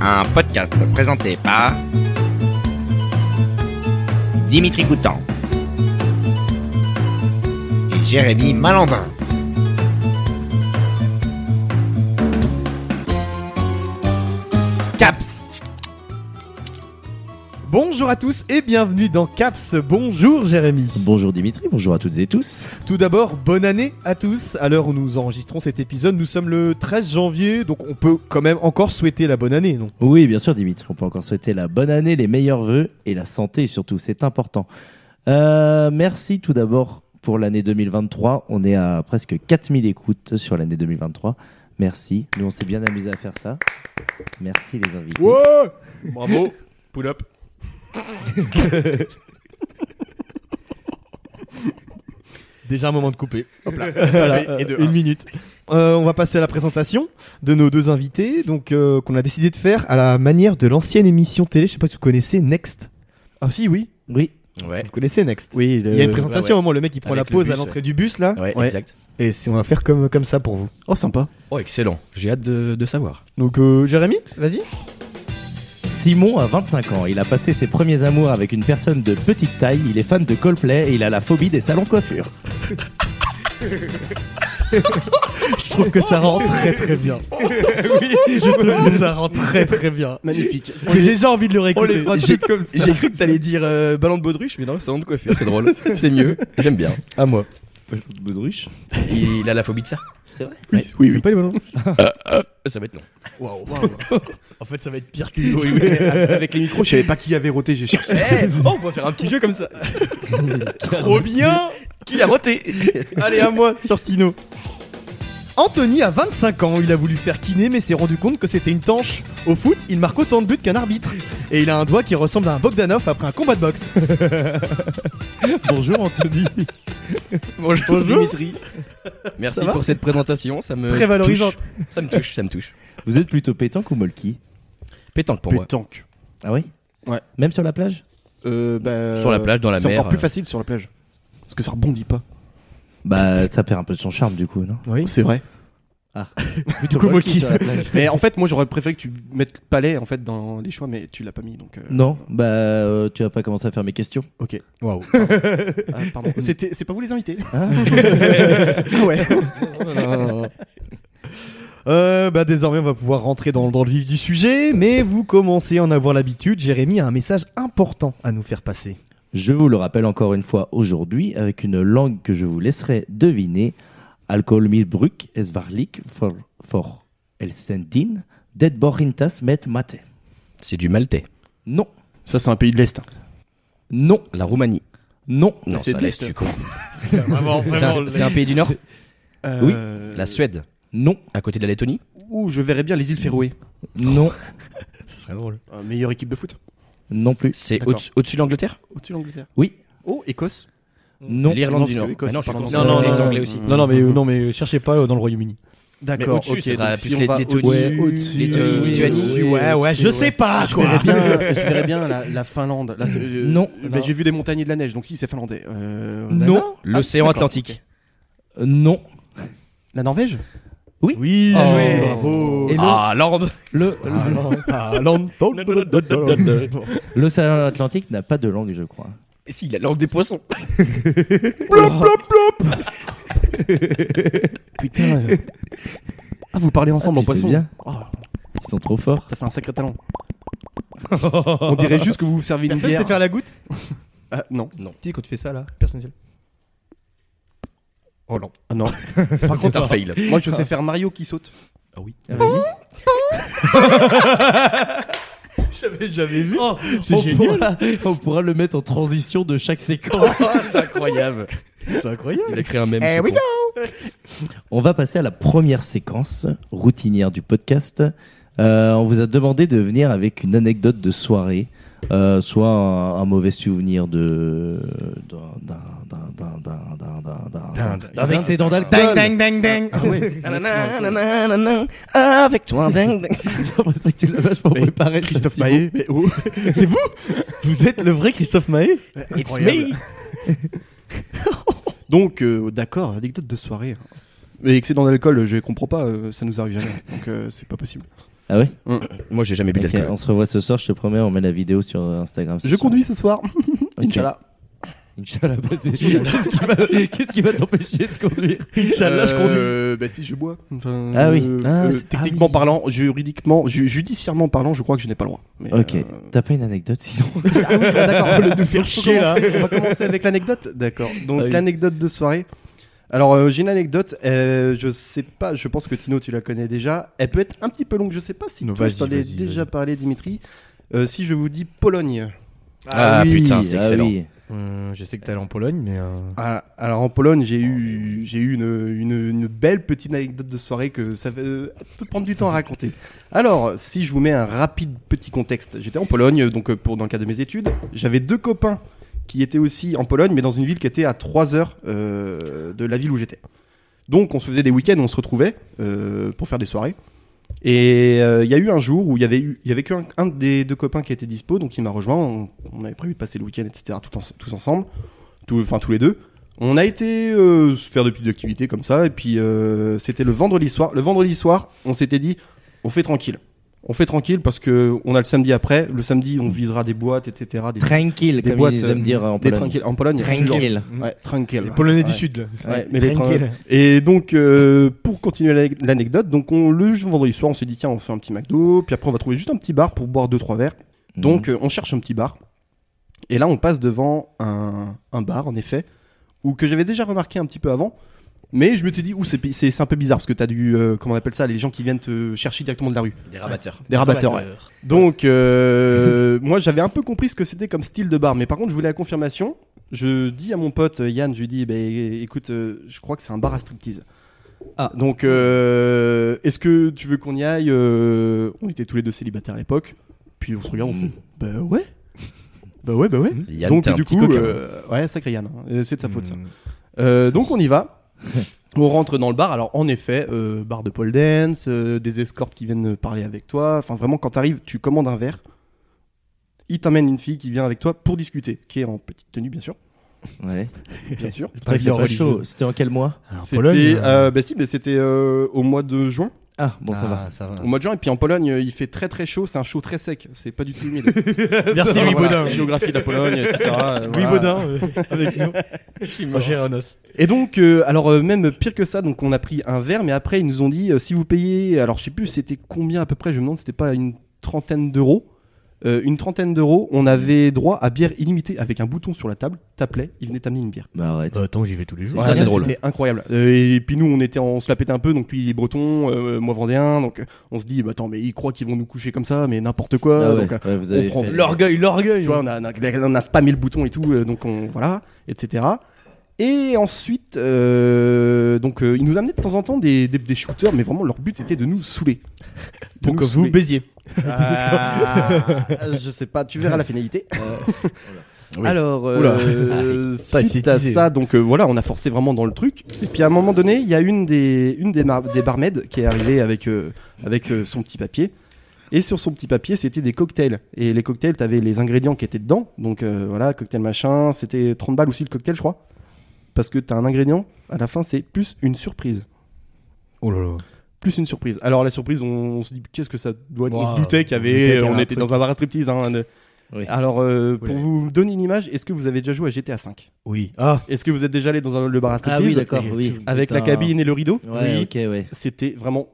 un podcast présenté par Dimitri Coutan et Jérémy Malandin. Caps Bonjour à tous et bienvenue dans Caps. Bonjour Jérémy. Bonjour Dimitri, bonjour à toutes et tous. Tout d'abord, bonne année à tous. À l'heure où nous enregistrons cet épisode, nous sommes le 13 janvier, donc on peut quand même encore souhaiter la bonne année, non Oui, bien sûr Dimitri, on peut encore souhaiter la bonne année, les meilleurs vœux et la santé surtout, c'est important. Euh, merci tout d'abord pour l'année 2023, on est à presque 4000 écoutes sur l'année 2023. Merci, nous on s'est bien amusés à faire ça. Merci les invités. Bravo. Pull up. Déjà un moment de couper. Hop là. Et de une un. minute. Euh, on va passer à la présentation de nos deux invités, donc euh, qu'on a décidé de faire à la manière de l'ancienne émission télé. Je sais pas si vous connaissez Next. Ah si, oui. Oui, Ouais. Vous connaissez Next. oui, Euh, le- Il y a une présentation ouais, ouais. au moment où le mec il prend Avec la le pause à bus, l'entrée du bus là, ouais, Ouais. exact. et c'est- on va faire comme comme ça pour vous. Oh sympa. Oh, excellent. J'ai hâte de, de savoir. Donc euh, Jérémy, vas-y. Simon a 25 ans, il a passé ses premiers amours avec une personne de petite taille, il est fan de Coldplay et il a la phobie des salons de coiffure. Je trouve que ça rend très très bien. je trouve que ça rend très très bien. Magnifique. J'ai déjà envie de le Oh, réécouter. J'ai j'ai cru que t'allais dire euh, ballon de baudruche, mais non, salon de coiffure, c'est drôle. c'est mieux. J'aime bien. À moi. Boudruche Il a la phobie de ça. C'est vrai Oui, oui. Pas les ballons. Euh, Ça va être long. Waouh. En fait, ça va être pire que. Oui, oui, Avec les micros, je savais pas qui avait roté, j'ai cherché. Eh, oh, on peut faire un petit jeu comme ça. Trop bien. Qui a roté Allez, à moi sur Tino. Anthony a 25 ans, il a voulu faire kiné mais s'est rendu compte que c'était une tanche. Au foot, il marque autant de buts qu'un arbitre. Et il a un doigt qui ressemble à un Bogdanov après un combat de boxe. Bonjour Anthony. Bonjour, Bonjour. Dimitri. Merci Ça va pour cette présentation. Ça me Très valorisante. touche. Ça me touche, ça me touche. Vous êtes plutôt pétanque ou molki Pétanque pour moi. Pétanque. Ah oui Ouais. Même sur la plage Euh, bah, Sur la plage, dans la C'est mer. encore plus euh, facile sur la plage. Parce que ça rebondit pas. Bah ça perd un peu de son charme du coup, non Oui. C'est vrai. Plutôt coup, molki molki. sur la plage. Mais en fait, moi, j'aurais préféré que tu mettes palais en fait dans les choix, mais tu l'as pas mis donc. euh, Non, bah euh, tu vas pas commencer à faire mes questions. Ok. Waouh. Ah, pardon. C'était. C'est pas vous les invités. Ah. Ah ouais. Oh. Euh, bah désormais on va pouvoir rentrer dans, dans le vif du sujet, mais vous commencez à en avoir l'habitude, Jérémy a un message important à nous faire passer. Je vous le rappelle encore une fois aujourd'hui avec une langue que je vous laisserai deviner. Alkohol misbruk es varlik for, for el sentin det borintas met mate. C'est du maltais. Non, Ça, c'est un pays de l'est. non, La Roumanie. non. Non, c'est ça de l'Est, l'Est. du coup. Vraiment, C'est un- C'est un pays du Nord. Euh, La Suède. Non, À côté de la Lettonie. Ouh, je verrais bien les îles Féroé. non, Ce serait drôle. Euh, meilleure équipe de foot non plus. C'est D'accord. au- au-dessus de l'angleterre au-dessus de l'Angleterre. Oui, Oh, Écosse. non. L'Irlande Non, du parce Nord. que l'Écosse, Ah non, je suis pardon. con- Non, non, les non, Anglais non. aussi. Euh, Non, non, mais, euh, non, mais cherchez pas euh, dans le Royaume-Uni. Mais D'accord. au-dessus, ok, ça sera donc plus si on les va Lettonie, au-dessus- Lettonie, Lituanie. Ouais, euh, ouais, je sais pas Je quoi. verrais bien, je verrais bien la, la Finlande. Là, c'est- euh, Non. bah, Non. j'ai vu des montagnes et de la neige, donc si, c'est finlandais. Euh, Non, L'océan Ah, d'accord, Atlantique. euh, non. La Norvège Oui, Oh, bravo. Et le- Ah, l'orbe Le, le... L'océan Atlantique n'a pas de langue, je crois. Et si, la langue des poissons. Putain. euh. Ah, vous parlez ensemble Ah, en tu fais poisson bien. Oh, Ils sont trop forts. Ça fait un sacré talent. On dirait juste que vous vous servez une Personne bière. sait faire la goutte Ah, non. Tu sais, quand tu fais ça là, personne sait. Oh non. Ah, non. Par C'est un contre, fail. Moi, je sais faire Mario qui saute. Ah oui. Ah, vas-y. j'avais jamais vu. on c'est génial. Pourra, on pourra le mettre en transition de chaque séquence. c'est incroyable. C'est incroyable. Il a créé un même. Eh oui, on va passer à la première séquence routinière du podcast. Euh, on vous a demandé de venir avec une anecdote de soirée, euh, soit un, un mauvais souvenir de d'un- d'un- d'un- d'un- d'un- d'un- d'un- d'un- d'un- d'un excédent d'alcool. ding, ding. Avec toi, ding, ding. J'ai l'impression que tu l'as vachement Mais préparé. Christophe Simon. Maé. Mais oh. C'est vous Vous êtes le vrai Christophe Maé It's Incroyable. me. Donc, euh, d'accord, anecdote de soirée. Mais excédent d'alcool, je comprends pas, euh, ça nous arrive jamais. Donc, euh, c'est pas possible. Ah ouais Moi, j'ai jamais bu Ok, d'alcool. On se revoit ce soir, je te promets, on met la vidéo sur Instagram. ce Je soir. conduis ce soir. Ok. Inch'Allah. Inch'Allah, bah, c'est- Qu'est-ce qui va- qu'est-ce qui va t'empêcher de conduire Inch'Allah, je conduis. Euh, Bah si, je bois. Enfin, Ah oui. euh, Ah, euh, c'est- ah techniquement oui. parlant, juridiquement, ju- judiciairement parlant, je crois que je n'ai pas le droit. Mais, Ok, euh, t'as pas une anecdote sinon Ah oui, bah, d'accord, on va nous faire chier, là. On va commencer avec l'anecdote. D'accord. Donc Ah oui. l'anecdote de soirée. Alors euh, j'ai une anecdote. euh, je sais pas. Je pense que Tino, tu la connais déjà. Elle peut être un petit peu longue. Je sais pas si Non, toi, vas-y, je t'en ai vas-y, déjà vas-y. parlé, Dimitri. Euh, si je vous dis Pologne. Ah, oui, putain, c'est ah excellent. oui. Hum, je sais que t'es allé en Pologne, mais. euh, Ah, alors en Pologne, j'ai eu, j'ai eu une, une- une belle petite anecdote de soirée que ça fait- euh, peut prendre du temps à raconter. Alors, si je vous mets un rapide petit contexte, j'étais en Pologne, donc euh, pour, dans le cadre de mes études, j'avais deux copains qui étaient aussi en Pologne, mais dans une ville qui était à 3 heures euh, de la ville où j'étais. Donc, on se faisait des week-ends, on se retrouvait euh, pour faire des soirées. Et euh, il y a eu un jour où il y avait eu, il y avait qu'un un des deux copains qui était dispo, donc il m'a rejoint. On, on avait prévu de passer le week-end, etc. tout en- tous ensemble, tout- enfin tous les deux. On a été euh, se faire des petites activités comme ça, et puis euh, c'était le vendredi soir. Le vendredi soir, on s'était dit, on fait tranquille. On fait tranquille parce que on a le samedi après. Le samedi, on visera des boîtes, etc. Des, Tranquille, des comme boîtes, ils aiment euh, dire en des Pologne. tranquilles. En Pologne, toujours. Tranquille. Ah, Ouais, tranquille. Les Polonais du Ouais. Sud. là. Ouais, mais les Tranquille. Et donc, euh, pour continuer l'ane- l'anecdote, donc on, le jour- vendredi soir, on s'est dit, tiens, on fait un petit McDo, puis après, on va trouver juste un petit bar pour boire deux trois verres. Mhm. Donc, euh, on cherche un petit bar. Et là, on passe devant un, un bar, en effet, où, que j'avais déjà remarqué un petit peu avant. Mais je me suis dit, ouh, c'est pi- c'est c'est un peu bizarre parce que t'as du. euh, comment on appelle ça Les gens qui viennent te chercher directement de la rue. Des rabatteurs. Des rabatteurs, ouais. Donc, euh, moi, j'avais un peu compris ce que c'était comme style de bar, mais par contre, je voulais la confirmation. Je dis à mon pote euh, Yann, je lui dis, bah, écoute, euh, je crois que c'est un bar à striptease. Ah. Donc, euh, est-ce que tu veux qu'on y aille Euh, On était tous les deux célibataires à l'époque, puis on se regarde, on fait, Mm. bah ouais, bah ouais, bah ouais. Yann, donc, t'es un du petit coup, coquin. euh, ouais, sacré Yann, hein. Euh, c'est de sa faute ça. Hmm. Hum, Euh, donc on y va. On rentre dans le bar. Alors en effet, euh, bar de pole dance, euh, des escortes qui viennent parler avec toi. Enfin vraiment, quand t'arrives, tu commandes un verre. Il t'amène une fille qui vient avec toi pour discuter, qui est en petite tenue bien sûr. Ouais. Bien sûr. Après, il fait Pavillon pas religieux. chaud. C'était en quel mois Alors, C'était, Pologne, euh, hein. euh, bah si, mais c'était euh, au mois de juin. Ah, bon, ça ah, va. Ça va. Au mois de juin. Et puis en Pologne, euh, il fait très très chaud. C'est un chaud très sec. C'est pas du tout humide. Merci Voilà, Louis Baudin. Géographie de la Pologne, etc. euh, Louis voilà. Baudin euh, avec nous. Roger Ranos. Et donc, euh, alors euh, même pire que ça, donc on a pris un verre, mais après ils nous ont dit euh, si vous payez, alors je sais plus c'était combien à peu près, je me demande, c'était pas une trentaine d'euros. Euh, une trentaine d'euros, on avait droit à bière illimitée avec un bouton sur la table. T'appelais, ils venaient t'amener une bière. Bah arrête. Euh, Bah, attends, j'y vais tous les jours. Ah, Ça, c'est Ouais, drôle. C'était incroyable. Euh, et puis nous, on était, en- on se la pétait un peu. Donc lui, il est breton, euh, moi vendéen. Donc euh, on se dit, bah attends, mais ils croient qu'ils vont nous coucher comme ça, mais n'importe quoi. Ah ouais, donc, euh, ouais, vous avez prend fait- L'orgueil, l'orgueil. tu vois, on a, on a, on a spammé le bouton et tout, euh, donc on, voilà, etc. Et ensuite, euh, donc euh, ils nous amenaient de temps en temps des, des, des shooters, mais vraiment leur but c'était de nous saouler. De Pour nous que vous saouler. baisiez. Ah, je sais pas, tu verras la finalité. Euh, Oui. Alors, Oula. euh, suite à ascétisé. ça, donc euh, voilà, on a forcé vraiment dans le truc. Et puis à un moment donné, il y a une des, une des, mar- des barmaids qui est arrivée avec, euh, avec euh, son petit papier. Et sur son petit papier, c'était des cocktails. Et les cocktails, t'avais les ingrédients qui étaient dedans. Donc euh, voilà, cocktail machin, c'était 30 balles aussi le cocktail, je crois. Parce que t'as un ingrédient, à la fin, c'est plus une surprise. Oh là là. Plus une surprise. Alors la surprise, on, on se dit qu'est-ce que ça doit être. on Wow. se doutait qu'il y On se doutait avait, euh, qu'il y on avait un était truc. dans un bar à striptease. hein, de- Oui. Alors euh, pour Oui. vous donner une image, est-ce que vous avez déjà joué à GTA V Oui. Ah, Est-ce que vous êtes déjà allé dans un, le bar à Ah striptease oui, d'accord, oui. Avec la Putain. cabine et le rideau Ouais, Oui. ok, ouais. C'était vraiment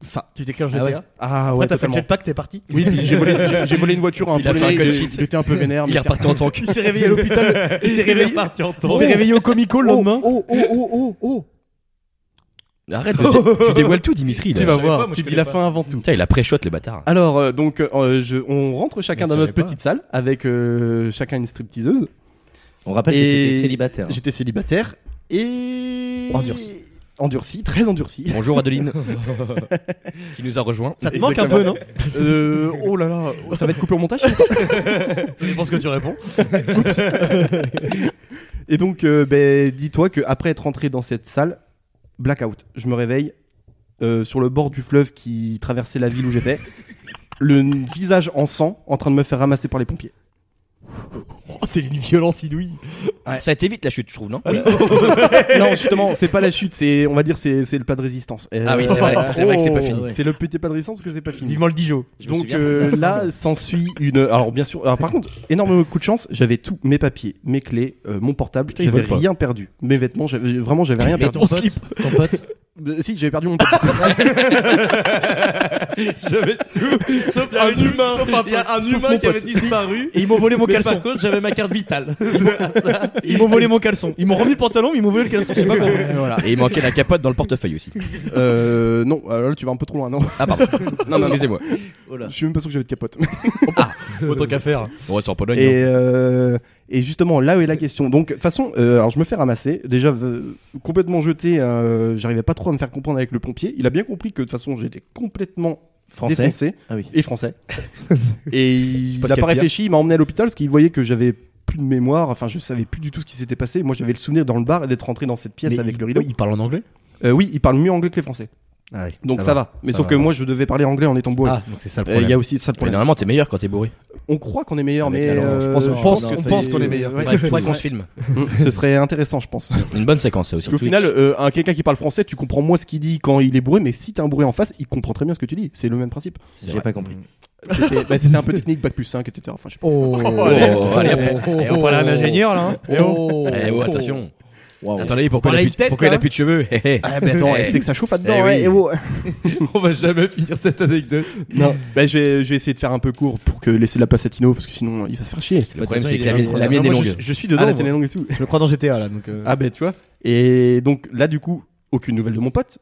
ça. Tu t'écris en Ah ouais. GTA. Ah Après, ouais, t'as fait le totalement. jetpack, t'es parti. Oui, puis j'ai volé, j'ai- j'ai volé une voiture à un Il a fait Polonais, un code il- cheat. Il était un peu vénère. Il est mais reparti en tank. Il s'est réveillé à l'hôpital. Il s'est réveillé. Oh, en Il s'est réveillé au Comico le lendemain. Oh, oh, oh, oh, oh Arrête, tu dévoiles tout, Dimitri. Tu là. vas savais pas, voir, moi, tu je dis la connais fin avant tout. Putain, il a pré-shot les bâtards. Alors, euh, donc, euh, je- on rentre chacun Mais dans je notre savais pas. petite salle avec euh, chacun une stripteaseuse. On rappelle Et- que t'étais célibataire. J'étais célibataire et. Endurci. Endurci, très endurci. Bonjour Adeline. qui nous a rejoint. Ça te manque un peu, non Euh, oh là là, ça va être coupé au montage Je pense que tu réponds. Et donc, euh, ben, dis-toi qu'après être rentré dans cette salle, blackout. Je me réveille euh, sur le bord du fleuve qui traversait la ville où j'étais, le n- visage en sang en train de me faire ramasser par les pompiers. Oh, c'est une violence inouïe. Ça a été vite la chute, je trouve, non non, justement, c'est pas la chute, c'est on va dire c'est c'est le pas de résistance. Euh, Ah oui, c'est vrai, c'est vrai que c'est pas fini. ouais. C'est le petit pas de résistance parce que c'est pas fini. Vivement le Dijon. Je me Donc souviens. euh, là, s'ensuit une. Alors bien sûr. Alors par contre, énorme coup de chance. J'avais tous mes papiers, mes clés, euh, mon portable. il J'avais vole pas. rien perdu. Mes vêtements. j'avais- j'ai- Vraiment, j'avais rien Mais perdu. ton pote, ton pote, Euh, Si, j'avais perdu mon portable. J'avais tout, sauf Un un humain, humain, sauf un Il y a un pote, sauf humain mon qui avait pote. disparu. Et ils m'ont volé mon Mais caleçon. par contre, j'avais ma carte vitale. Ils m'ont volé mon caleçon. Ils m'ont remis le pantalon, mais ils m'ont volé le caleçon. Je sais pas pourquoi. voilà. Et Ah, il manquait la capote dans le portefeuille aussi. Euh, non, alors là, tu vas un peu trop loin. Non, Ah, pardon. Non, non, excusez-moi. oh là. je suis même pas sûr que j'avais de capote. Autant qu'à faire. On reste en Pologne. hein. non Et, euh, et justement, là où est la question. Donc, de toute façon, euh, alors je me fais ramasser. Déjà, euh, complètement jeté, euh, j'arrivais pas trop à me faire comprendre avec le pompier. Il a bien compris que de toute façon, j'étais complètement Français. défoncé Ah oui. et français. et il pas ce qu'il y a n'a pas de pire. réfléchi, il m'a emmené à l'hôpital parce qu'il voyait que j'avais plus de mémoire. Enfin, je savais plus du tout ce qui s'était passé. Moi, j'avais le souvenir dans le bar et d'être rentré dans cette pièce Mais avec il- le rideau. oui, Il parle en anglais Euh, oui, il parle mieux anglais que les français. Ah ouais, Donc ça, va. Mais ça sauf va, que ouais. moi, je devais parler anglais en étant bourré. Ah, donc c'est ça le Et Il Eh, problème. y a aussi ça le Mais problème. normalement, t'es meilleur quand t'es bourré. On croit qu'on est meilleur, Avec mais la langue, euh, je pense- on pense- on c'est- pense qu'on est meilleur. Ouais. Il faudrait qu'on se filme. Mm, Ce serait intéressant, je pense. Parce Une bonne séquence, ça aussi. qu'au final, euh, un quelqu'un qui parle français, tu comprends moins ce qu'il dit quand il est bourré, mais si t'as un bourré en face, il comprend très bien ce que tu dis. C'est le même principe. C'est J'ai vrai. pas compris. C'était bah, c'était un peu technique, bac plus 5, etc. Enfin, je sais pas. Oh, allez, allez, Et Eh, on parle à un ingénieur là. hein. Oh, Eh ouais, attention. Waouh. Attendez, pourquoi, Voilà il a, une plus- tête, pourquoi il a hein. plus de cheveux Eh, eh. Ah, mais attends, c'est que ça chauffe là-dedans. Eh oui. ouais, eh oh. on va jamais finir cette anecdote. Non, bah, je, vais, je vais essayer de faire un peu court pour que laisser la place à Tino, parce que sinon il va se faire chier. Le problème, façon, c'est il que est la mienne- la Ah, mienne est moi, je- longue. Je suis dedans. ah, la moi. télé longue et sous. Je me crois dans GTA là. Donc. euh, Ah, bah, tu vois. Et donc là, du coup, aucune nouvelle de mon pote.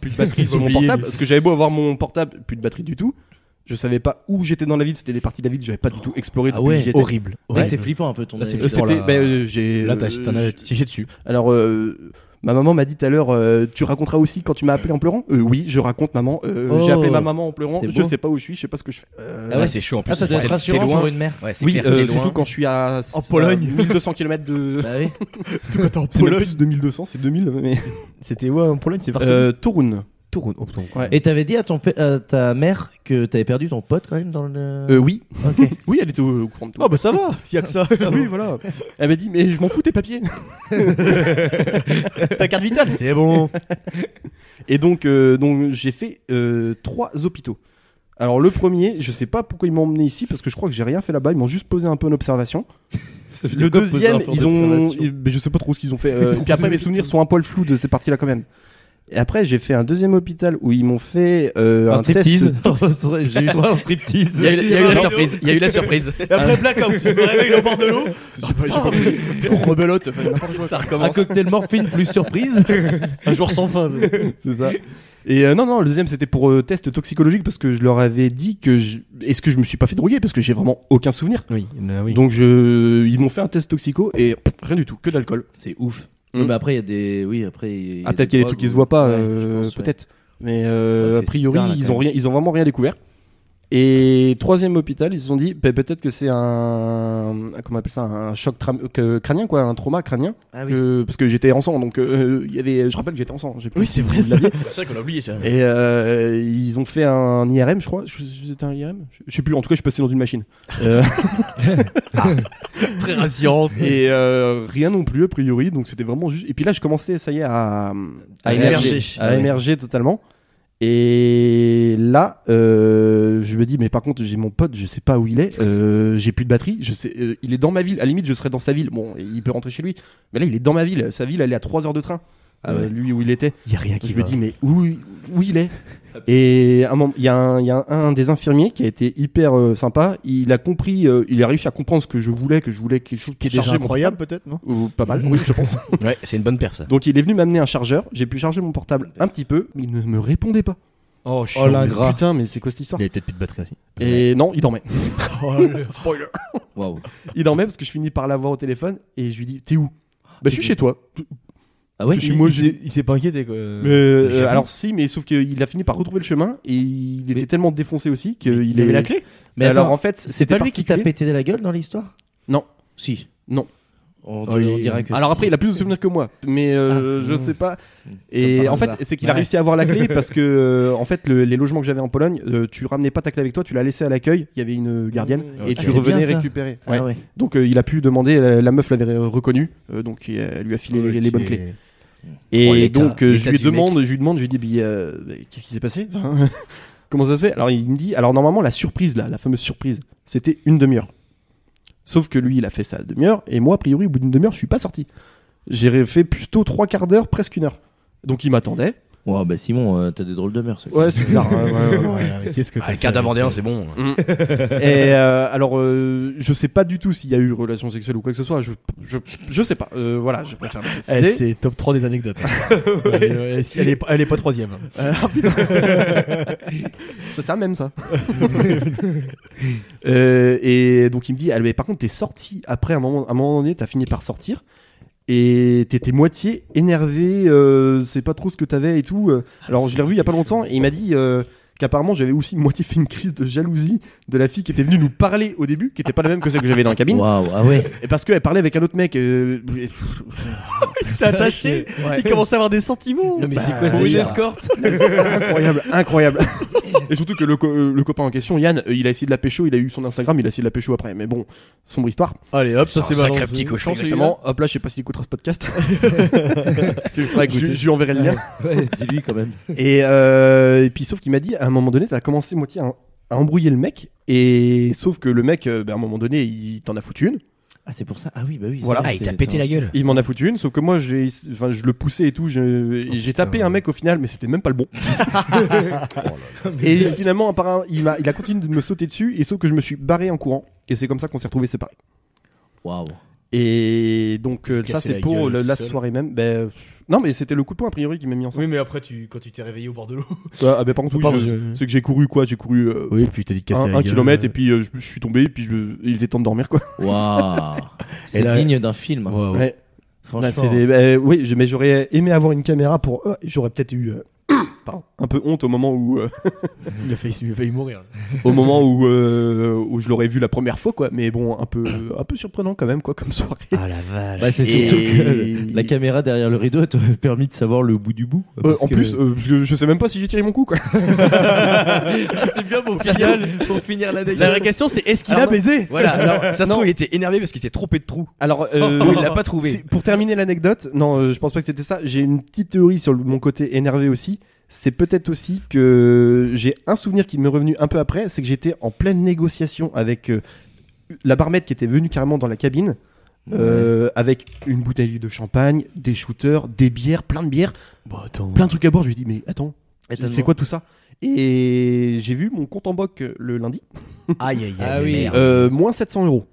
Plus de batterie sur mon oublié. portable, parce que j'avais beau avoir mon portable, plus de batterie du tout. Je savais pas où j'étais dans la ville, c'était des parties de la ville que j'avais pas du tout exploré Ah depuis que ouais, Oh j'y étais. Horrible. Ouais, c'est horrible. flippant un peu ton Là, c'est avis. Euh, flippant. c'était- là. bah, euh, j'ai- Là, t'as euh, t'en as je- tiché dessus. Alors, euh, ma maman m'a dit tout à l'heure, euh, tu raconteras aussi quand tu m'as appelé en pleurant Euh, Oui, je raconte, maman. Euh, Oh. j'ai appelé ma maman en pleurant. C'est Je beau. sais pas où je suis, je sais pas ce que je fais. Euh, Ah ouais, c'est chaud en plus. Ah, ça doit T'es- être t'es rassurant loin. pour une mère. Ouais, c'est oui, clair, euh, t'es loin. surtout quand je suis à En Pologne. à 1200 km de. Bah oui. Surtout quand t'es en C'est même Pologne. plus de 1200, c'est 2000. Mais... C'était ouais, en Pologne, c'est Euh, Torun. Tourne. Oh, putain. Et t'avais dit à ton pe- à ta mère que t'avais perdu ton pote quand même dans le. Euh, oui. Ok. Oui, elle était au, au courant de tout. Oh bah ça va. Y a que ça. oui, voilà. Elle m'a dit, mais je m'en fous tes papiers. Ta carte vitale. C'est bon. Et donc, euh, donc j'ai fait euh, trois hôpitaux. Alors le premier, je sais pas pourquoi ils m'ont emmené ici parce que je crois que j'ai rien fait là-bas. Ils m'ont juste posé un peu en observation. Le deuxième, ils ont, ils- mais je sais pas trop ce qu'ils ont fait. euh, puis après, mes souvenirs sont un poil flous de cette partie-là quand même. Et après, j'ai fait un deuxième hôpital où ils m'ont fait euh, un, test. J'ai eu droit à un Il y a striptease. eu, il y a eu la Non. surprise. Il y a eu la surprise. Et après blackout. Je me réveille au bord de l'eau. J'ai pas- j'ai pas compris. On rebelote. enfin, n'importe quoi. Ça Un recommence. cocktail morphine plus surprise. Un jour sans fin. ça. C'est ça. Et euh, non, non, le deuxième, c'était pour euh, test toxicologique parce que je leur avais dit que je- est-ce que je me suis pas fait droguer parce que j'ai vraiment aucun souvenir. Oui, euh, oui. Donc je, ils m'ont fait un test toxico et pff, rien du tout, que de l'alcool. C'est ouf. Mm. Mais Bah, après, il y a des. Oui, après. il y a Ah, peut-être qu'il y a des drogues trucs qui se où- voient pas, Ouais, euh, je pense, ouais. peut-être. Mais euh, Ouais, c'est- a priori, c'est bizarre, là, ils quand ont rien, ils ont vraiment rien découvert. Et troisième hôpital, ils se sont dit bah, peut-être que c'est un comment on appelle ça un choc tra- que- crânien quoi, un trauma crânien Ah oui. que- parce que j'étais en sang donc euh, il y avait je rappelle que j'étais en sang. j'ai plus- Oui, c'est vrai, vous l'aviez. C'est vrai qu'on a oublié ça. Et euh, ils ont fait un IRM, je crois. Je- je- C'était un IRM Je- Je sais plus. En tout cas, je suis passé dans une machine. Euh, Ah, Très rassurant. et euh, rien non plus, a priori. Donc c'était vraiment juste. Et puis là, je commençais, ça y est, à, à À émerger. émerger. À Ouais. émerger totalement. Et là, euh, je me dis, mais par contre, j'ai mon pote, je sais pas où il est. euh, j'ai plus de batterie. Je sais, euh, il est dans ma ville. À la limite, je serais dans sa ville. Bon, il peut rentrer chez lui. Mais là, il est dans ma ville. Sa ville, elle est à 3 heures de train. Ah Euh, ouais. lui où il était. Il y a rien qui Je me va. dis, mais où, où il est Et à un moment- il y a, un, il y a un, un des infirmiers qui a été hyper euh, sympa. Il a compris, euh, il a réussi à comprendre ce que je voulais, que je voulais quelque chose Qui est pour déjà charger mon incroyable peut-être non portable. Ou pas mal, oui, je pense. Ouais, c'est une bonne paire, ça. Donc il est venu m'amener un chargeur. J'ai pu charger mon portable un petit peu, mais il ne me répondait pas. Oh, Oh l'ingrat. Putain, mais c'est quoi cette histoire Il y avait peut-être plus de batterie aussi. Et non, il dormait. Oh Spoiler. Waouh. Il dormait parce que je finis par l'avoir au téléphone et je lui dis, t'es où Bah, je suis chez toi. Ah ouais Je suis moi, j'ai- il s'est pas inquiété quoi. Mais, euh, j'avoue. alors si, mais sauf qu'il a fini par retrouver le chemin et il était Mais- tellement défoncé aussi qu'il Il avait est- la clé Mais alors alors, en fait, c'est c'était pas lui qui t'a particulier. pété la gueule dans l'histoire Non. Si. Non. On, Oh, il on est- dira que Alors si. après, il a plus de souvenirs que moi, mais euh, Ah. je sais pas. Et par en fait, hasard. c'est qu'il a Ouais. réussi à avoir la clé parce que euh, en fait, le- les logements que j'avais en Pologne, euh, tu ramenais pas ta clé avec toi, tu la laissais à l'accueil. Il y avait une euh, gardienne Ah, et c'est tu bien, revenais ça. récupérer. Ah Ouais. ouais. Donc euh, il a pu demander. La, la meuf l'avait reconnu, euh, donc il- elle lui a filé les, les bonnes clés. Et Oh, l'état- donc euh, je l'état lui du demande, je lui demande, je lui dis, mais, euh, mais qu'est-ce qui s'est passé Enfin, Comment ça se fait Alors il me dit, alors normalement la surprise là, la fameuse surprise, c'était une demi-heure. Sauf que lui, il a fait ça à demi-heure, et moi, a priori, au bout d'une demi-heure, je suis pas sorti. J'ai fait plutôt trois quarts d'heure, presque une heure. Donc il m'attendait. Ouais, bah Simon, euh, t'as des drôles de mœurs. ce Ouais, c'est bizarre. hein, ouais, ouais. Qu'est-ce que t'as Ah, le fait quart avec d'avant-dernier, ça c'est bon. Et euh, alors, euh, je sais pas du tout s'il y a eu relation sexuelle ou quoi que ce soit. Je, je, je sais pas. Euh, voilà, je préfère. le Eh, préciser. C'est top 3 des anecdotes. elle, est, elle est- elle est pas troisième. Euh, C'est ça même ça. Euh, et donc il me dit, ah, mais par contre t'es sorti après à un moment, à un moment donné, t'as fini par sortir et t'étais moitié énervé, euh, c'est pas trop ce que t'avais et tout. Euh, Alors je l'ai revu il y a pas longtemps et il m'a dit euh, qu'apparemment j'avais aussi moitié fait une crise de jalousie de la fille qui était venue nous parler au début, qui était pas la même que celle que j'avais dans la cabine, Waouh, ah ouais. et parce qu'elle parlait avec un autre mec. euh, et- T'es attaché Il commence à avoir des sentiments Non, mais c'est quoi ce Pour une délire escorte incroyable, incroyable. Et surtout que le, co- euh, le copain en question, Yann, euh, il a essayé de la pécho, il a eu son Instagram, il a essayé de la pécho après. Mais bon, sombre histoire. Allez hop, ça C'est c'est un sacré balancé. petit cochon, Exactement. Hop là, je sais pas s'il écoutera ce podcast. tu le feras Je, je lui enverrai le lien. Ouais, dis-lui quand même. Et, euh, et puis, sauf qu'il m'a dit, à un moment donné, t'as commencé moitié à, à embrouiller le mec. Et sauf que le mec, euh, ben, à un moment donné, il t'en a foutu une. Ah, c'est pour ça. Ah oui, bah oui. Voilà. c'est vrai, Ah, il t'es- t'a pété t'es la un- gueule. Il m'en a foutu une, sauf que moi, j'ai, enfin, je le poussais et tout. je- et j'ai putain. tapé un mec au final, mais c'était même pas le bon. et finalement, par un- il, m'a- il a continué de me sauter dessus. Et sauf que je me suis barré en courant. Et c'est comme ça qu'on s'est retrouvés séparés. Waouh. Et donc euh, ça Casser c'est la pour gueule le- tout la seul. soirée même. Ben, euh, non mais c'était le coup de poing a priori qui m'a mis ensemble. Oui mais après tu, quand tu t'es réveillé au bord de l'eau. Ah, ah, ben, par contre oui, Pardon, je- je- c'est que j'ai couru quoi, j'ai couru euh, Oui, puis t'as dit de casser un, la un gueule. kilomètre et puis euh, je, je suis tombé et puis je- il était temps de dormir quoi. Waouh. C'est là- digne d'un film. Ouais, ouais. Ouais. Bah, c'est Franchement. des- ben, oui je- mais j'aurais aimé avoir une caméra pour euh, j'aurais peut-être eu euh, pardon, un peu honte au moment où euh, Il, a failli, il a failli mourir. au moment où euh, où je l'aurais vu la première fois quoi. Mais bon un peu un peu surprenant quand même quoi comme soirée. Ah la vache. Bah, c'est Et- surtout que la caméra derrière le rideau elle t'aurait permis de savoir le bout du bout. Euh, bah, parce en que- plus, euh, parce que je sais même pas si j'ai tiré mon coup quoi. C'est bien pour pour finir la La vraie question c'est est-ce qu'il a Alors, baisé Voilà, alors, ça se Non. trouve, il était énervé parce qu'il s'est trompé de trou. Alors euh, Ou il l'a pas trouvé. C'est- Pour terminer l'anecdote, non, euh, je pense pas que c'était ça. J'ai une petite théorie sur le- mon côté énervé aussi. C'est peut-être aussi que j'ai un souvenir qui m'est revenu un peu après, c'est que j'étais en pleine négociation avec euh, la barmette qui était venue carrément dans la cabine, euh, avec une bouteille de champagne, des shooters, des bières, plein de bières, Bon, attends. plein de trucs à boire. Je lui dis mais attends, c'est quoi tout ça Et j'ai vu mon compte en boc euh, le lundi, Aïe, aïe, aïe. Ah oui. merde. euh, moins 700 euros.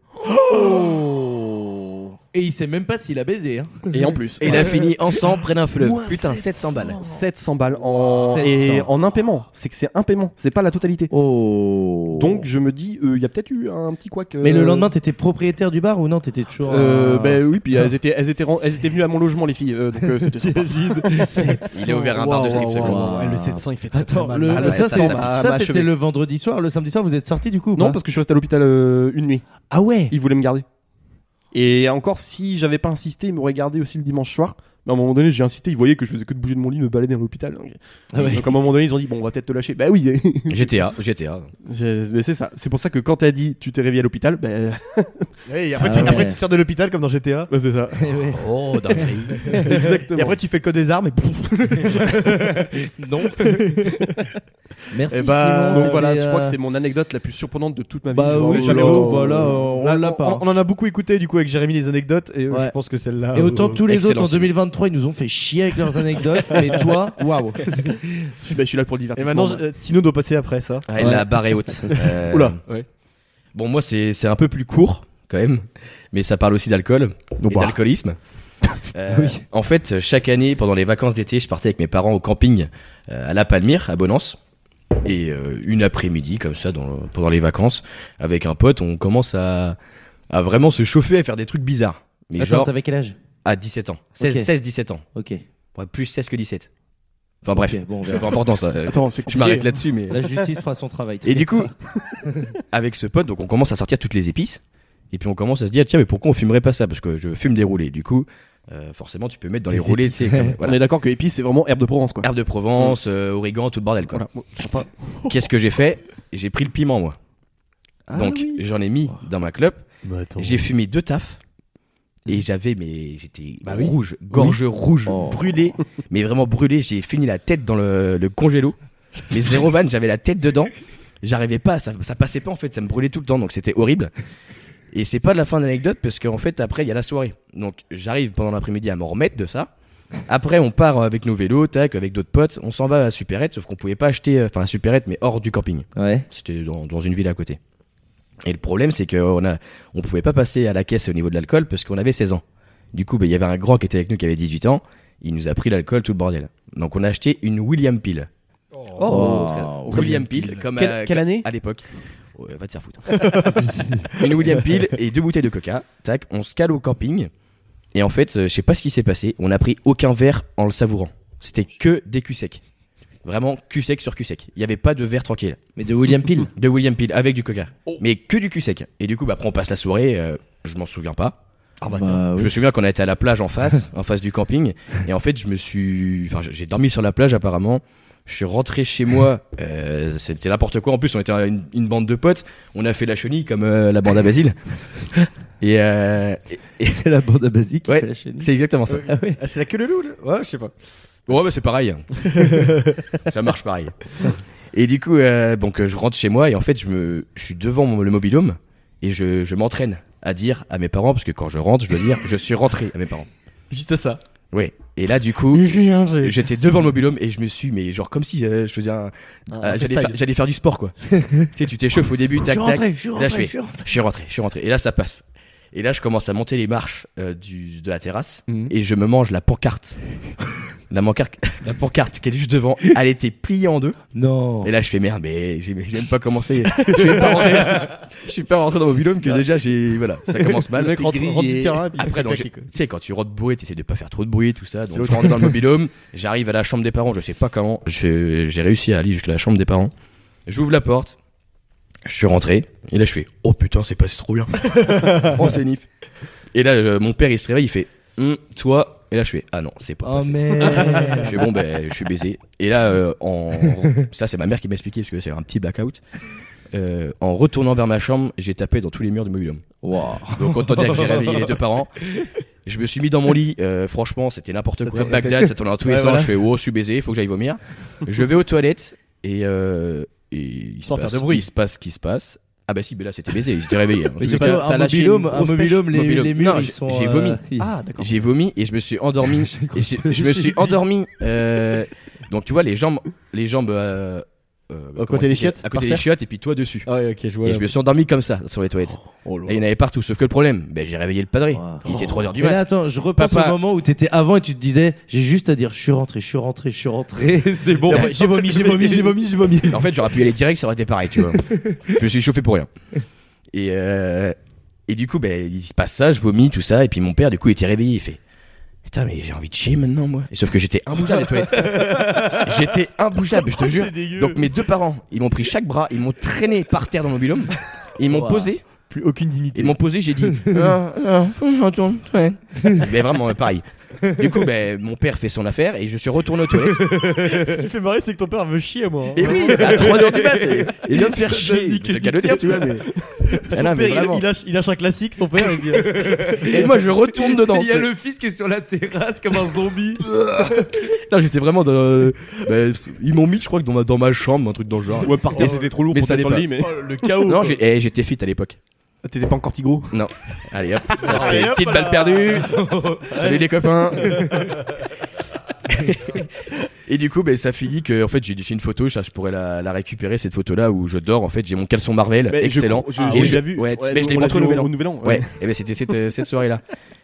Oh Et il sait même pas s'il a baisé. Hein. Et en plus, Et il a fini en sang, près d'un fleuve. Putain, 700 balles. Oh. 700 balles en, 700. Et en un paiement. C'est que c'est un paiement, c'est pas la totalité. Oh Donc je me dis, euh, il y a peut-être eu un petit couac. euh, Mais le lendemain, t'étais propriétaire du bar ou non T'étais toujours. euh, un- ben oui, puis elles étaient, elles étaient, ren- elles étaient venues à mon logement, les filles. euh, donc euh, c'était sympa. Il a ouvert un bar de strip, ce Waouh, con. waouh, waouh. con. Eh, Le 700, il fait très, très Attends, mal. le- Ah, le- ouais, ça, ça, c'est- ça m'a- ça, m'a c'était achevé. le vendredi soir. Le samedi soir, vous êtes sortis du coup ou non, pas parce que je suis resté à l'hôpital euh, une nuit. Ah ouais Ils voulaient me garder. Et encore, si j'avais pas insisté, ils m'auraient gardé aussi le dimanche soir. Mais à un moment donné, j'ai insisté, ils voyaient que je faisais que de bouger de mon lit, me balader à l'hôpital. Donc, Ah ouais. donc, à un moment donné, ils ont dit, bon, on va peut-être te lâcher. Bah oui, GTA, GTA. c'est mais c'est ça. C'est pour ça que quand t'as dit, tu t'es réveillé à l'hôpital, ben Ouais, et après, Ah tu- ouais. après, tu sors de l'hôpital comme dans GTA. bah, c'est ça. Oh, dinguerie. Exactement. Et après tu fais le code des armes et pouf. Non Merci Et bah, Simon, donc c'était, voilà, je crois euh, que c'est mon anecdote la plus surprenante de toute ma vie. Bah Je oui, l'aurais chapeau, jamais entendu. bah là, euh, on Là, l'a pas. on en a beaucoup écouté du coup avec Jérémy les anecdotes et euh, Ouais. je pense que celle-là. Et autant euh, que tous les autres en excellent, Simon. 2023, ils nous ont fait chier avec leurs anecdotes, mais toi, waouh Je suis- bah, je suis là pour le Et divertissement. maintenant je- euh, Tino doit passer après ça. Ah, elle La barre est haute. Euh, Oula. Ouais. Bon, moi, c'est c'est un peu plus court, quand même. Mais ça parle aussi d'alcool et d'alcoolisme. Euh, En fait, chaque année, pendant les vacances d'été, je partais avec mes parents au camping euh, à La Palmyre, à Bonance. Et euh, une après-midi, comme ça, dans- pendant les vacances, avec un pote, on commence à, à vraiment se chauffer, à faire des trucs bizarres. Mais Attends, genre t'avais quel âge à 17 ans. 16, Ok. 17 ans. Ok. Ouais, plus 16 que 17. Enfin bref, Ok, bon, on c'est verra. pas important ça. Euh, Attends, c'est Je m'arrête là-dessus, mais... La justice fera son travail. Et du coup, avec ce pote, donc on commence à sortir toutes les épices. Et puis on commence à se dire, tiens, mais pourquoi on fumerait pas ça Parce que je fume des roulés. Du coup, euh, forcément, tu peux mettre dans les Des roulés, tu sais, comme- On est voilà. d'accord que épice, c'est vraiment herbe de Provence, quoi. Herbe de Provence, euh, origan, tout le bordel, quoi. Voilà. Bon, je sais pas. Qu'est-ce que j'ai fait J'ai pris le piment, moi. Ah Donc, oui. Oh. j'en ai mis dans ma clope. Bah, attends. J'ai fumé deux tafs. Et j'avais, mais j'étais Bah oui. rouge, gorge rouge, Oh. brûlé, mais vraiment brûlé. J'ai fini la tête dans le, le congélo. Mais zéro van, j'avais la tête dedans. J'arrivais pas, ça, ça passait pas en fait, ça me brûlait tout le temps, donc c'était horrible. Et c'est pas de la fin de l'anecdote parce qu'en fait, après, il y a la soirée. Donc j'arrive pendant l'après-midi à m'en remettre de ça. Après, on part avec nos vélos, tac, avec d'autres potes. On s'en va à Superette, sauf qu'on pouvait pas acheter, euh, enfin, à Superette, mais hors du camping. Ouais. C'était dans, dans une ville à côté. Et le problème, c'est qu'on a, on pouvait pas passer à la caisse au niveau de l'alcool parce qu'on avait 16 ans. Du coup, ben, il y avait un grand qui était avec nous qui avait 18 ans. Il nous a pris l'alcool, tout le bordel. Donc, on a acheté une William Peel. Oh. Très- Oh, William Peel, comme Quelle- à, quelle année À l'époque. Ouais, va te faire foutre. une William Peel et deux bouteilles de coca. Tac, on se cale au camping. Et en fait, euh, je sais pas ce qui s'est passé. On n'a pris aucun verre en le savourant. C'était que des culs secs. Vraiment cul sec sur cul sec. Il n'y avait pas de verre tranquille. Mais de William Peel. Oh. De William Peel avec du coca. Mais que du cul sec. Et du coup, bah, après, on passe la soirée. euh, je m'en souviens pas. Bah, Je oui. me souviens qu'on a été à la plage en face, en face du camping. Et en fait, je me suis. Enfin, j'ai dormi sur la plage apparemment. Je suis rentré chez moi. euh, C'était n'importe quoi. En plus, on était une, une bande de potes. On a fait la chenille comme euh, la bande à Basile. et euh, et- et- C'est la bande à basique Ouais. qui fait la chaîne. c'est exactement ça. Ah ouais. Ah, c'est la queue le loup, là Ouais, je sais pas. Ouais, bah, c'est pareil. ça marche pareil. Et du coup, euh, donc euh, je rentre chez moi et en fait, je me, je suis devant mon- le mobilhome et je, je m'entraîne à dire à mes parents parce que quand je rentre, je dois dire je suis rentré à mes parents. Juste ça. Oui. Et là, du coup, j'étais devant le mobilhome et je me suis, mais genre comme si euh, je faisais un, euh, j'allais, faire, j'allais faire du sport quoi. tu sais, tu t'échauffes au début, tac tac. je suis Là, je fais, je suis rentré, je suis rentré. Et là, ça passe. Et là, je commence à monter les marches euh, du, de la terrasse Mhm. et je me mange la pancarte. la, pancarte la pancarte qui est juste devant, elle était pliée en deux. Non. Et là, je fais merde, mais j'ai j'ai même pas commencé. Je suis pas rentré, je suis pas rentré dans mon bilan que déjà, j'ai. Voilà, ça commence mal. Le mec rentre, rentre du terrain et puis il Après, s'est donc, claqué, j'ai- quoi. tu sais, quand tu rentres bourré, t'essaies de pas faire trop de bruit, tout ça. Donc, je rentre dans le mobilhome, j'arrive à la chambre des parents, je sais pas comment. je- J'ai réussi à aller jusqu'à la chambre des parents. J'ouvre la porte, je suis rentré, et là, je fais Oh putain, c'est passé trop bien. oh, c'est nif. Et là, euh, mon père, il se réveille, il fait Hum, Toi. Et là, je fais Ah non, c'est pas. Oh passé. merde. Je suis bon, ben, je suis baisé. Et là, euh, en... ça, c'est ma mère qui m'a expliqué parce que c'est un petit blackout. Euh, en retournant vers ma chambre, j'ai tapé dans tous les murs du mobilhome. Wow. Donc, autant dire que j'ai réveillé les deux parents. Je me suis mis dans mon lit. euh, franchement, c'était n'importe quoi. Bagdad, ça tournait en tous les Ouais, sens. voilà. Je fais, oh, je suis baisé, faut que j'aille vomir. Je vais aux toilettes et, euh, et il se Sans passe- faire de bruit. il se passe ce qui se passe. Ah, bah si, mais là, c'était baisé. Ils étaient réveillés. Mais c'est Putain. pas t'as un lâché mobilhome, une un grosse mobilhome, les, Mobilhome. les murs, Non, ils j'ai- sont. j'ai euh, vomi. ils- Ah, d'accord. J'ai vomi et je me suis endormi. Et j'ai- je me suis endormi. euh, donc tu vois les jambes, les jambes. euh, euh, comment côté on des dit chiottes, À par côté des terre chiottes et puis toi dessus. Ah, ouais, ok, je vois. et je me suis endormi comme ça sur les toilettes. Oh, là. Oh. et il y en avait partout. Sauf que le problème, ben, j'ai réveillé le padré. Wow. Il était 3h du Mais là, mat. attends, je repasse Papa. au moment où t'étais avant et tu te disais, j'ai juste à dire, je suis rentré, je suis rentré, je suis rentré. c'est bon. J'ai vomi, j'ai vomi, j'ai vomi, j'ai vomi. En fait, j'aurais pu y aller direct, ça aurait été pareil, tu vois. je me suis chauffé pour rien. Et, euh, et du coup, ben, il se passe ça, je vomis, tout ça. Et puis mon père, du coup, il était réveillé. Il fait Putain, mais j'ai envie de chier maintenant, moi. Et sauf que j'étais imbougeable, les toilettes. j'étais imbougeable, je te jure. Donc mes deux parents, ils m'ont pris chaque bras, ils m'ont traîné par terre dans mon mobilhome, et ils m'ont Ouah. posé. Plus aucune dignité. Ils m'ont posé, j'ai dit non, non, faut que je retourne aux toilettes. Mais vraiment euh, pareil. Du coup, ben, mon père fait son affaire et je suis retourné aux toilettes. Ce qui me fait marrer, c'est que ton père veut chier à moi. hein. Et oui, à 3h du mat, et- il vient me faire chier. C'est le cas de le dire, tu vois. Mais... Ah Son non, père, mais il- vraiment. il, lâche, il lâche un classique, son père, il dit Et moi, je retourne dedans. tu sais. fils qui est sur la terrasse comme un zombie. Non, j'étais vraiment dans. ben, ils m'ont mis, je crois, que dans ma, dans ma chambre, un truc dans le genre. Ouais, par Et terre, c'est- c'était trop lourd mais pour ça t'aller sur le l'est lit, mais. le chaos. Non, quoi. j'ai- eh, j'étais fit à l'époque. T'étais pas encore tigro Non. Allez hop, ça Allez, c'est hop là. petite balle perdue. Salut les copains. Et du coup, ben, ça finit que en fait, j'ai j'ai une photo, ça, je pourrais la, la récupérer cette photo-là où je dors. En fait, j'ai mon caleçon Marvel, Mais je- excellent. je- Et j'ai je- déjà vu. Ouais, Ah Ouais, mais je l'ai on l'a montré au vu Nouvel An. au Nouvel An. Ouais, et ben c'était cette, euh, cette soirée-là.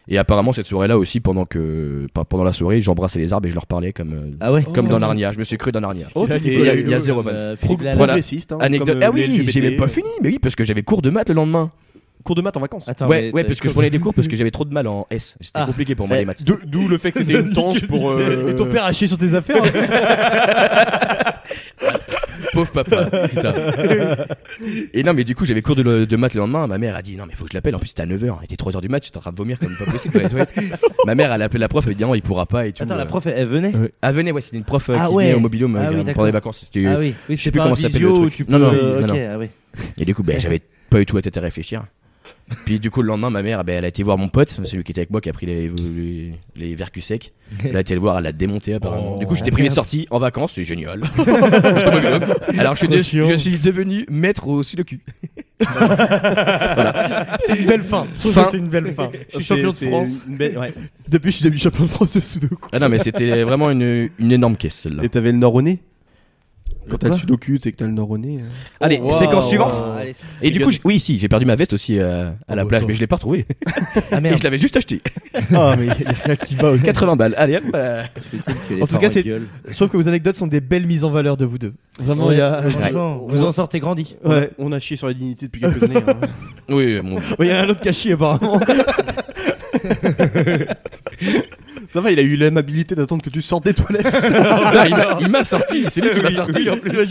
Et apparemment, cette soirée-là aussi, pendant que pas- pendant la soirée, j'embrassais les arbres et je leur parlais comme euh, Ah ouais. comme dans Narnia. Je me suis cru dans Narnia. Oh, t'étais- Et il y a- il y a zéro van. Euh, Pro- Philippe Lalanne. Voilà. progressiste, hein, Anecdote. comme, euh, Ah oui, les j'ai même pas LGBT. fini. Mais oui, parce que j'avais cours de maths le lendemain. Cours de maths en vacances. Attends, ouais, mais ouais, t'as- parce que je prenais des cours parce que j'avais trop de mal en S. C'était Ah, compliqué pour moi Eh, les c'est- maths. De- D'où le fait que c'était une tanche pour. euh, Ton père a chié sur tes affaires. hein. pauvre papa. Putain. Et non, mais du coup, j'avais cours de, le- de maths le lendemain. Ma mère a dit Non, mais faut que je l'appelle. En plus, c'était à 9h. Il était 3h du match. J'étais en train de vomir comme pas possible. dans les toilettes. Ma mère, elle a appelé la prof. Elle a dit Non, il pourra pas. Et tout. Attends, Euh, la prof, elle, elle venait Ah, venez, ouais, c'était une prof euh, Ah qui ouais. venait au mobilium Ah euh, oui, pendant d'accord. les vacances. C'était- Ah oui, oui je sais c'est plus pas comment un s'appelle le visio, truc. tu peux... Non, non, euh, non, non. ok, ah oui. Et du coup, ben, j'avais pas eu tout la tête à réfléchir. Puis du coup, le lendemain, ma mère, ben, elle a été voir mon pote, celui qui était avec moi, qui a pris les, les, les vercus secs. Elle a été le voir, elle l'a démonté apparemment. Oh. du coup, j'étais privé de sortie en vacances, c'est génial. J'étais au mobilhome. Alors, je suis, de- je suis devenu maître au sudoku. C'est une belle fin. Je trouve Fin. que c'est une belle fin. Je suis champion de France. Depuis, je suis devenu champion de France de Sudoku. Ah non, mais c'était vraiment une, une énorme caisse celle-là. Et t'avais le nord au nez Quand t'as le sudoku, c'est que t'as le nord au nez. hein. Allez, séquence suivante. Ah, Oh, allez. Et du coup, j'ai- oui, si, j'ai perdu ma veste aussi euh, à la Oh, bah, plage, attends. mais je l'ai pas retrouvée. Ah Et merde. je l'avais juste acheté. Ah, mais il y a rien qui va. 80 balles. Allez, hop. euh, En tout cas, c'est- Je trouve que vos anecdotes sont des belles mises en valeur de vous deux. Vraiment, il y a. Franchement, vous en sortez grandi. Ouais. On a chié sur la dignité depuis quelques années. hein. Oui, bon. Il y en a un autre caché apparemment. Ça va, il a eu l'amabilité d'attendre que tu sortes des toilettes. Non, il m'a- il m'a sorti, c'est lui qui m'a sorti.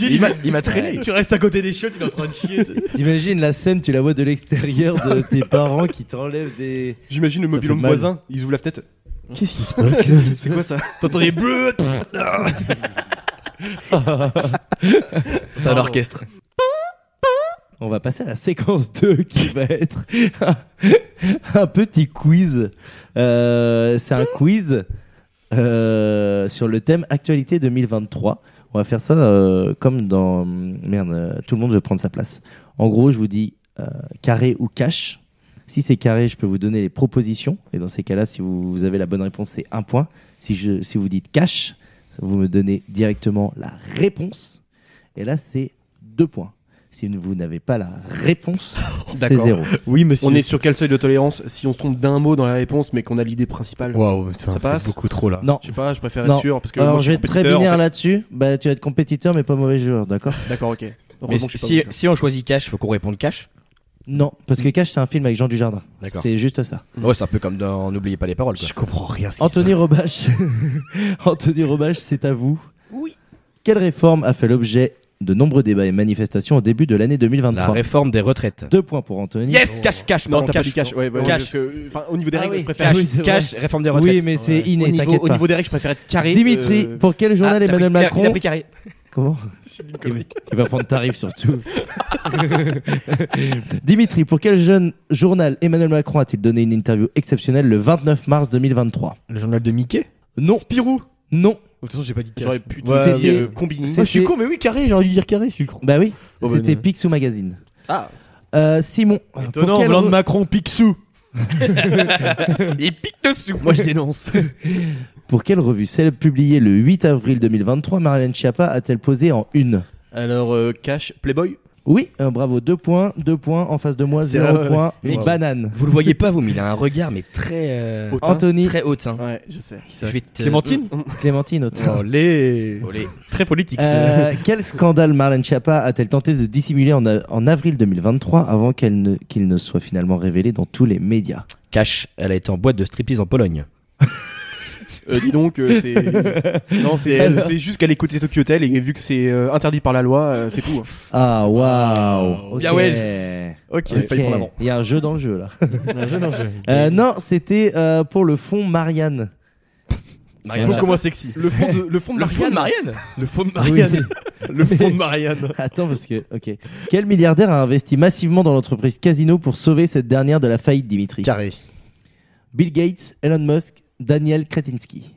Il m'a- il m'a traîné. tu restes à côté des chiottes, il est en train de chier. T'imagines la scène, tu la vois de l'extérieur de tes parents qui t'enlèvent des. J'imagine le Ça mobilhome fait mal. voisin, ils ouvrent la fenêtre. Qu'est-ce qui se passe C'est quoi ça T'entends des bleus. C'est un orchestre. On va passer à la séquence 2 qui va être un petit quiz. Euh, c'est un quiz euh, sur le thème actualité 2023. On va faire ça euh, comme dans... Merde, euh, tout le monde veut prendre sa place. En gros, je vous dis euh, carré ou cash. Si c'est carré, je peux vous donner les propositions. Et dans ces cas-là, si vous, vous avez la bonne réponse, c'est un point. Si, je, si vous dites cash, vous me donnez directement la réponse. Et là, c'est deux points. Si vous n'avez pas la réponse, c'est D'accord. zéro. Oui, monsieur. On est sur quel seuil de tolérance Si on se trompe d'un mot dans la réponse, mais qu'on a l'idée principale Waouh, putain, Ça c'est passe beaucoup trop là. Non. Je sais pas, je préfère Non. être sûr. Parce que Alors moi, je vais suis être très compétiteur, en binaire fait. là-dessus. Bah, tu vas être compétiteur, mais pas mauvais joueur, d'accord D'accord, ok. Mais Heureusement que je suis pas si, bon, si on choisit cash, faut qu'on réponde cash. Non, parce Hmm. que Cash, c'est un film avec Jean Dujardin. D'accord. C'est juste ça. Mm. Ouais, c'est un peu comme dans N'oubliez pas les paroles. Quoi. Je comprends rien. à ce qui se Anthony Robache, Anthony Robache, c'est à vous. Oui. Quelle réforme a fait l'objet de nombreux débats et manifestations au début de l'année La 2023 réforme des retraites. Deux points pour Anthony. Yes, cash, cash. Non, pardon, t'as pas dit cash. Ouais, ouais, ouais, Cash. parce que, enfin, au niveau des Ah règles, oui. je préfère. Cash, oui, c'est vrai. cash, réforme des retraites. Oui, mais c'est inné, au, niveau, t'inquiète au pas. niveau des règles, je préfère être carré. Dimitri, euh, pour quel journal Ah, t'as Emmanuel pris- il a- il a Macron pris carré. Comment il, il va prendre tarif surtout. Dimitri, pour quel jeune journal Emmanuel Macron a-t-il donné une interview exceptionnelle le 29 mars 2023 passe. Le journal de Mickey Non. Spirou Non. De toute façon, j'ai pas dit J'aurais pu dire Ouais, euh, c'était- combini. c'est- je suis con, mais oui, carré, j'ai envie de dire carré, je suis con. Bah oui, Oh, bah, c'était non. Picsou Magazine. Ah. Euh, Simon, pour Étonnant, quel blanc re- de Macron, Picsou. Il pique dessous. Moi, je dénonce. Pour quelle revue celle publiée le 8 avril 2023, Marlène Schiappa a-t-elle posé en une Alors, euh, cash, Playboy Oui, euh, bravo, deux points, deux points en face de moi, C'est zéro vrai. point, Mais- Wow. banane. Vous le voyez pas, vous, mais il a un regard, mais très. euh, Hautain. Anthony, Très hautain. Ouais, je sais. Je vais te- Clémentine Clémentine, autant. Oh, les. Olé. Très politique. Euh, quel scandale Marlène Schiappa a-t-elle tenté de dissimuler en, a- en avril 2023 avant qu'elle ne- qu'il ne soit finalement révélé dans tous les médias Cash, elle a été en boîte de striptease en Pologne. Euh, dis donc, euh, c'est. non, c'est c'est juste qu'elle écoutait Tokyo Hotel et vu que c'est euh, interdit par la loi, euh, c'est tout. Ah, waouh Bien Ok. ok. J'ai failli Ok. prendre avant. Il y a un jeu dans le jeu là. Euh, Euh, non, c'était euh, pour le fond Marianne. Marianne. Beaucoup moins sexy. Le fond de, le fond de Le fond de Marianne. Marianne Le fond de Marianne. Le fond de Marianne. Attends, parce que. Ok. Quel milliardaire a investi massivement dans l'entreprise Casino pour sauver cette dernière de la faillite, Dimitri Carré. Bill Gates, Elon Musk, Daniel Kretinsky.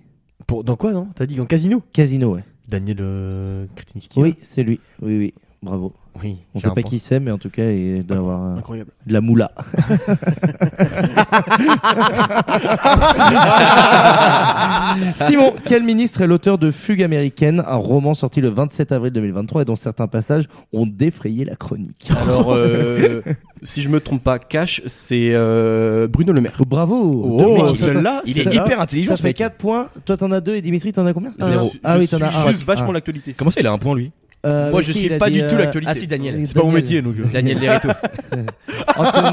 Pour, dans quoi, non T'as dit en casino Casino, ouais. Daniel euh, Kretinsky. Oui, c'est lui. Oui, oui. Bravo. Oui. On c'est sait un pas point. qui c'est, mais en tout cas, il doit avoir euh, Incroyable. de la moula. Simon, quel ministre est l'auteur de Fugue américaine, un roman sorti le 27 avril 2023 et dont certains passages ont défrayé la chronique Alors, euh, si je me trompe pas, Cash, c'est euh, Bruno Le Maire. Bravo Oh, Dominique. celle-là, Il est celle-là. hyper intelligent Ça ce fait mec. 4 points. Toi, t'en as 2 et Dimitri, t'en as combien Je- Zéro. je Ah oui, t'en suis as un. juste vachement Ah. l'actualité. Comment ça, il a un point lui Euh, Moi, mais je si, suis il a pas dit, du tout euh, l'actualité. Ah si, Daniel. C'est pas mon Daniel. métier, donc. euh. Daniel Lerito. Anthony-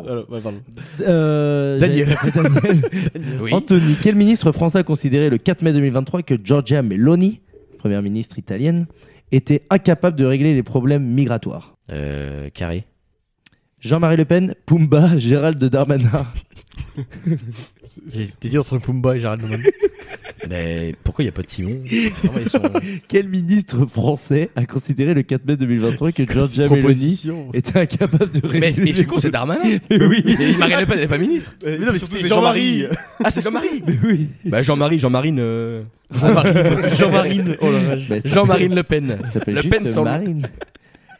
Voilà, ouais, pardon. euh, Daniel. j'allais dire Daniel. Oui. Anthony, quel ministre français a considéré le 4 mai 2023 que Giorgia Meloni, première ministre italienne, était incapable de régler les problèmes migratoires Euh, carré. Jean-Marie Le Pen, Pumba, Gérald Darmanin. T'es dit entre Pumba et Gérald Lemoine. Mais pourquoi il n'y a pas de Timon Vraiment, ils sont- Quel ministre français a considéré le 4 mai 2023 que Giorgia Meloni Proposition. était incapable de régler Mais mais je les suis con, c'est Darmanin. Et Marine Le Pen, elle n'est pas ministre. Mais non, mais surtout, c'était c'est Jean-Marie. Ah, c'est Jean-Marie oui. Bah, Jean-Marie, Jean-Marine. euh, Jean-Marie. Oh la vache. Bah, ça Jean-Marine Le Pen. s'appelle- ça s'appelle Le juste Pen sans- Marine.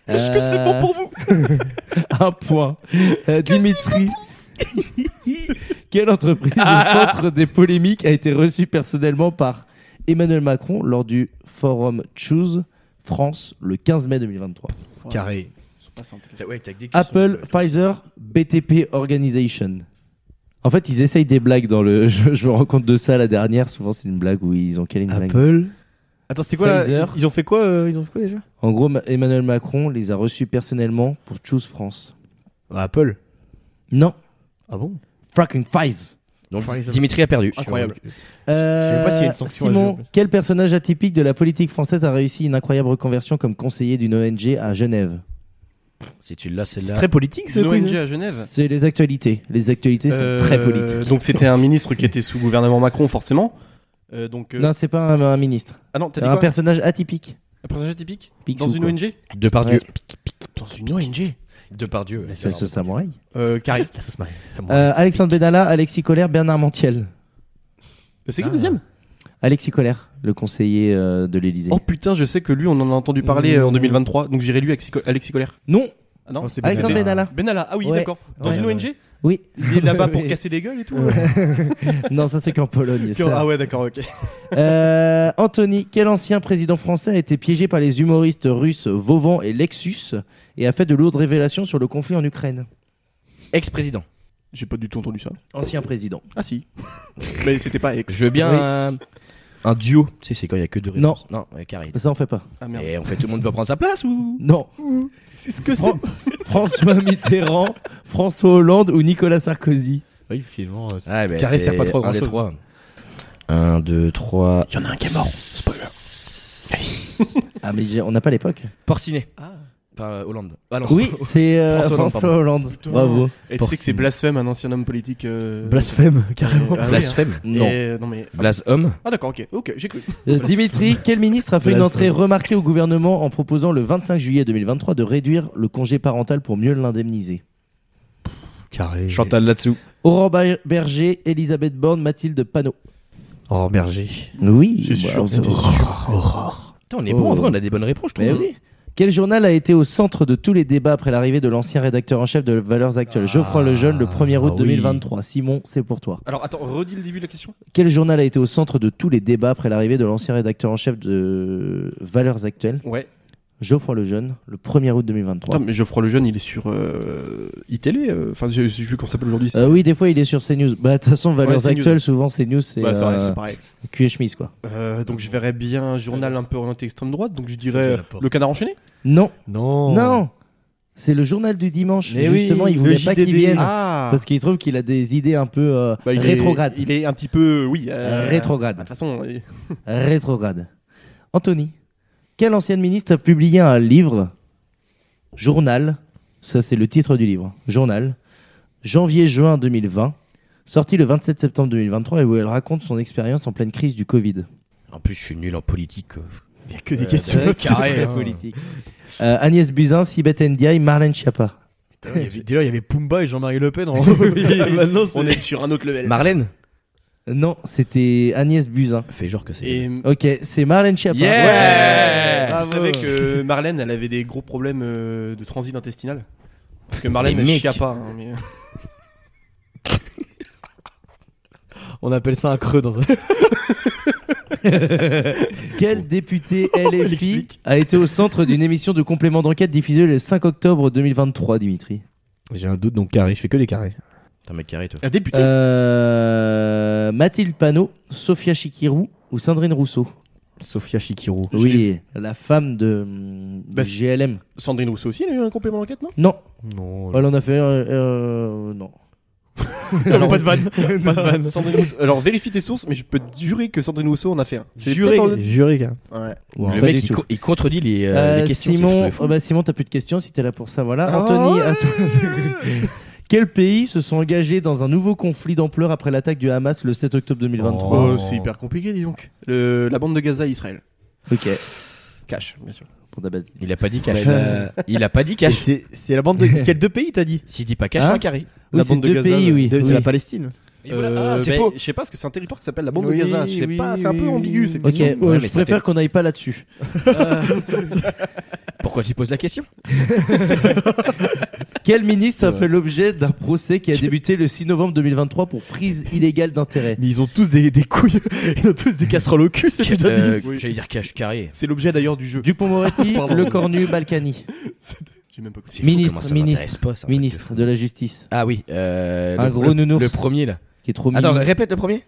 Euh, Est-ce que c'est bon pour vous Un point. Euh, Dimitri. Quelle entreprise au centre des polémiques a été reçue personnellement par Emmanuel Macron lors du forum Choose France le 15 mai 2023 Carré. Ils sont pas santé. Ouais, t'as que des questions, Apple, euh, Pfizer, BTP Organization. En fait, ils essayent des blagues dans le. Je, je me rends compte de ça la dernière. Souvent, c'est une blague où ils ont calé une blague. Apple. Attends, c'est quoi là ils, Pfizer. ils ont fait quoi euh, Ils ont fait quoi déjà En gros, Ma- Emmanuel Macron les a reçus personnellement pour Choose France. Bah, Apple. Non, Ah bon fucking Pfizer. Donc, Pfizer. Dimitri a perdu. Incroyable. Euh, pas s'il y a une sanction à jouer, en Simon, plus. quel personnage atypique de la politique française a réussi une incroyable reconversion comme conseiller d'une ONG à Genève Si tu l'as, C'est celle-là. très politique ce Une quiz. ONG à Genève. C'est les actualités. Les actualités sont Euh, très politiques. Donc c'était un ministre qui était sous gouvernement Macron, forcément. Euh, donc, euh, Non, c'est pas un, un ministre. Ah non, t'as dit Un quoi personnage atypique. Un personnage typique Picsou, Dans une quoi. ONG hein. Depardieu. Dans une ONG Depardieu. ouais. C'est ce samouraï. euh, Carré. Ça se marie. ça me- Euh, Alexandre Benalla, Alexis Colère, Bernard Montiel. Euh, Ah, C'est qui le deuxième Alexis Colère, le conseiller euh, de l'Élysée. Oh putain, je sais que lui, on en a entendu parler Mmh. euh, en 2023, donc j'irai lui Alexis, Co- Alexis Colère. Non, Ah non Oh, c'est Alexandre bizarre. Benalla. Benalla, ah oui, Ouais. d'accord. Dans Ouais. une ONG Oui. Il est là-bas pour Oui. casser des gueules et tout non, ça c'est qu'en Pologne. ça. Ah ouais, d'accord, ok. Euh, Anthony, quel ancien président français a été piégé par les humoristes russes Vauvent et Lexus et a fait de lourdes révélations sur le conflit en Ukraine Ex-président. J'ai pas du tout entendu ça. Ancien président. Ah si. Mais c'était pas ex. Je veux bien Oui. un, un duo. Tu sais, c'est quand il y a que deux Non. réponses. Non, ouais, carré. Ça on fait pas. Ah merde. Et en fait, tout le monde va prendre sa place ou Non. C'est ce que c'est Fran- François Mitterrand, François Hollande ou Nicolas Sarkozy Oui, finalement. euh, c'est- ah, ben, Carré, c'est sert pas trop à un des grand-chose. trois. Un, deux, trois. Il y en a un qui est mort. Ah mais j'ai- on n'a pas l'époque. Porcinet. Enfin, euh, Hollande. Ah, non. Oui, c'est euh, François Hollande, François Hollande. Putain. Bravo. Et tu sais que c'est Blasphème, un ancien homme politique. euh, Blasphème, carrément. Ah oui, Blasphème. hein. Et, Non. euh, non mais. Blas homme. Ah d'accord, ok, ok, j'ai cru. Euh, Dimitri, quel ministre a fait une entrée remarquée au gouvernement en proposant le 25 juillet 2023 de réduire le congé parental pour mieux l'indemniser Carré. Chantal là-dessous. Aurore Ba- Berger, Elisabeth Borne, Mathilde Panot. Oh, Berger. Oui, euh, C'est sûr, c'était sûr. Aurore. Putain, on est Oh. bon en vrai, on a des bonnes réponses, je trouve. Mais oui. Quel journal a été au centre de tous les débats après l'arrivée de l'ancien rédacteur en chef de Valeurs Actuelles, Geoffroy Lejeune, le 1er août ah oui. 2023 Simon, c'est pour toi. Alors attends, redis le début de la question. Quel journal a été au centre de tous les débats après l'arrivée de l'ancien rédacteur en chef de Valeurs Actuelles, Ouais. Geoffroy Lejeune, le 1er août 2023 Putain, mais Geoffroy Lejeune, il est sur euh, iTélé. euh, Enfin, je je sais plus comment ça s'appelle aujourd'hui. c'est- Euh, oui, des fois il est sur CNews. Bah, de toute façon, Ouais, Valeurs CNews. Actuelles, souvent CNews, c'est Bah, c'est vrai, euh, c'est pareil. cul et chemise, quoi. Euh, donc je verrais bien un journal un peu orienté extrême droite, donc je Ça, dirais je l'apporte. Le Canard Enchaîné. Non, Oh. Non. non C'est le journal du dimanche. Mais oui, Justement, il le voulait pas JDD. qu'il vienne. Ah Parce qu'il trouve qu'il a des idées un peu euh, Bah, il est- rétrogrades. il est un petit peu, oui. euh, De toute Rétrogrades. façon, il- Rétrogrades. Anthony, quelle ancienne ministre a publié un livre, journal, ça c'est le titre du livre, journal, janvier-juin 2020, sorti le 27 septembre 2023 et où elle raconte son expérience en pleine crise du Covid. En plus, je suis nul en politique. euh. Il n'y a que des Euh, questions. c'est carré, Très hein. politique. Euh, Agnès Buzyn, Sibeth Ndiaye, Marlène Schiappa. Putain, il y avait- Déjà, il y avait Pumba et Jean-Marie Le Pen. En... Maintenant, on c'est. est sur un autre level. Marlène Non, c'était Agnès Buzyn. Fais genre que c'est. Et Ok, c'est Marlène Schiappa. Yeah vous Bravo. savez que Marlène, elle avait des gros problèmes euh, de transit intestinal. Parce que Marlène, Mais elle mec. chia pas. hein, mais- On appelle ça un creux dans un. Quel député LFI l'explique. a été au centre d'une émission de complément d'enquête diffusée le 5 octobre 2023, Dimitri J'ai un doute, donc carré. Je fais que des carrés. T'es un mec carré, toi. Un député. Euh, Mathilde Panot, Sophia Chikirou ou Sandrine Rousseau Sophia Chikirou. Oui, la femme de, mm, Bah, du GLM. Sandrine Rousseau aussi, elle a eu un complément d'enquête, non Non, Non. elle en a fait. euh, euh, non. Alors, pas de vanne. pas de vanne. Sandrine Rousseau- Alors vérifie tes sources, mais je peux te jurer que Sandrine Rousseau en a fait un. C'est Juré, peut-être juré, gars. en- Ouais. Wow. Le Pas mec, du il, tout. co- il contredit les, euh, Euh, les questions. c'est Simon, plutôt fou. Oh. oh bah, Simon, t'as plus de questions si t'es là pour ça. Voilà. Ah Anthony, ouais. Anthony- quels pays se sont engagés dans un nouveau conflit d'ampleur après l'attaque du Hamas le 7 octobre 2023 Oh, c'est hyper compliqué, dis donc. Le- la bande de Gaza, Israël. Oh. Ok, bah, Cash, bien sûr. pour Dabazi. Il a pas dit cash. Euh, Il a pas dit et cash. C'est c'est la bande de. Quels deux pays t'as dit S'il dit pas cash, Hein c'est un carré. Oui, La c'est bande de deux Gaza, pays, le- oui. De- C'est oui. la Palestine. Ah, c'est Euh, mais faux. Je sais pas ce que c'est un territoire qui s'appelle la bande Oui, de Gaza. Je sais oui, pas, c'est un oui, peu ambigu. cette oui. Ok, question. ouais, Ouais, mais je ça préfère qu'on n'aille pas là-dessus. Pourquoi tu poses la question Quel ministre a fait l'objet d'un procès qui a débuté le 6 novembre 2023 pour prise illégale d'intérêt Mais ils ont tous des, des couilles. Ils ont tous des casseroles au cul, c'est déjà Euh, dit. J'allais dire cash carré. C'est l'objet d'ailleurs du jeu. Dupont-Moretti, Pardon. Le Cornu, Balkany. J'ai même pas compris. C'est fou Ministre, comment ça ministre, m'intéresse pas, ça, en fait, de Ministre fou. de la Justice, Ah oui. euh, Un le- gros le- nounours. Le premier là. qui est trop Attends, mignon. répète le premier.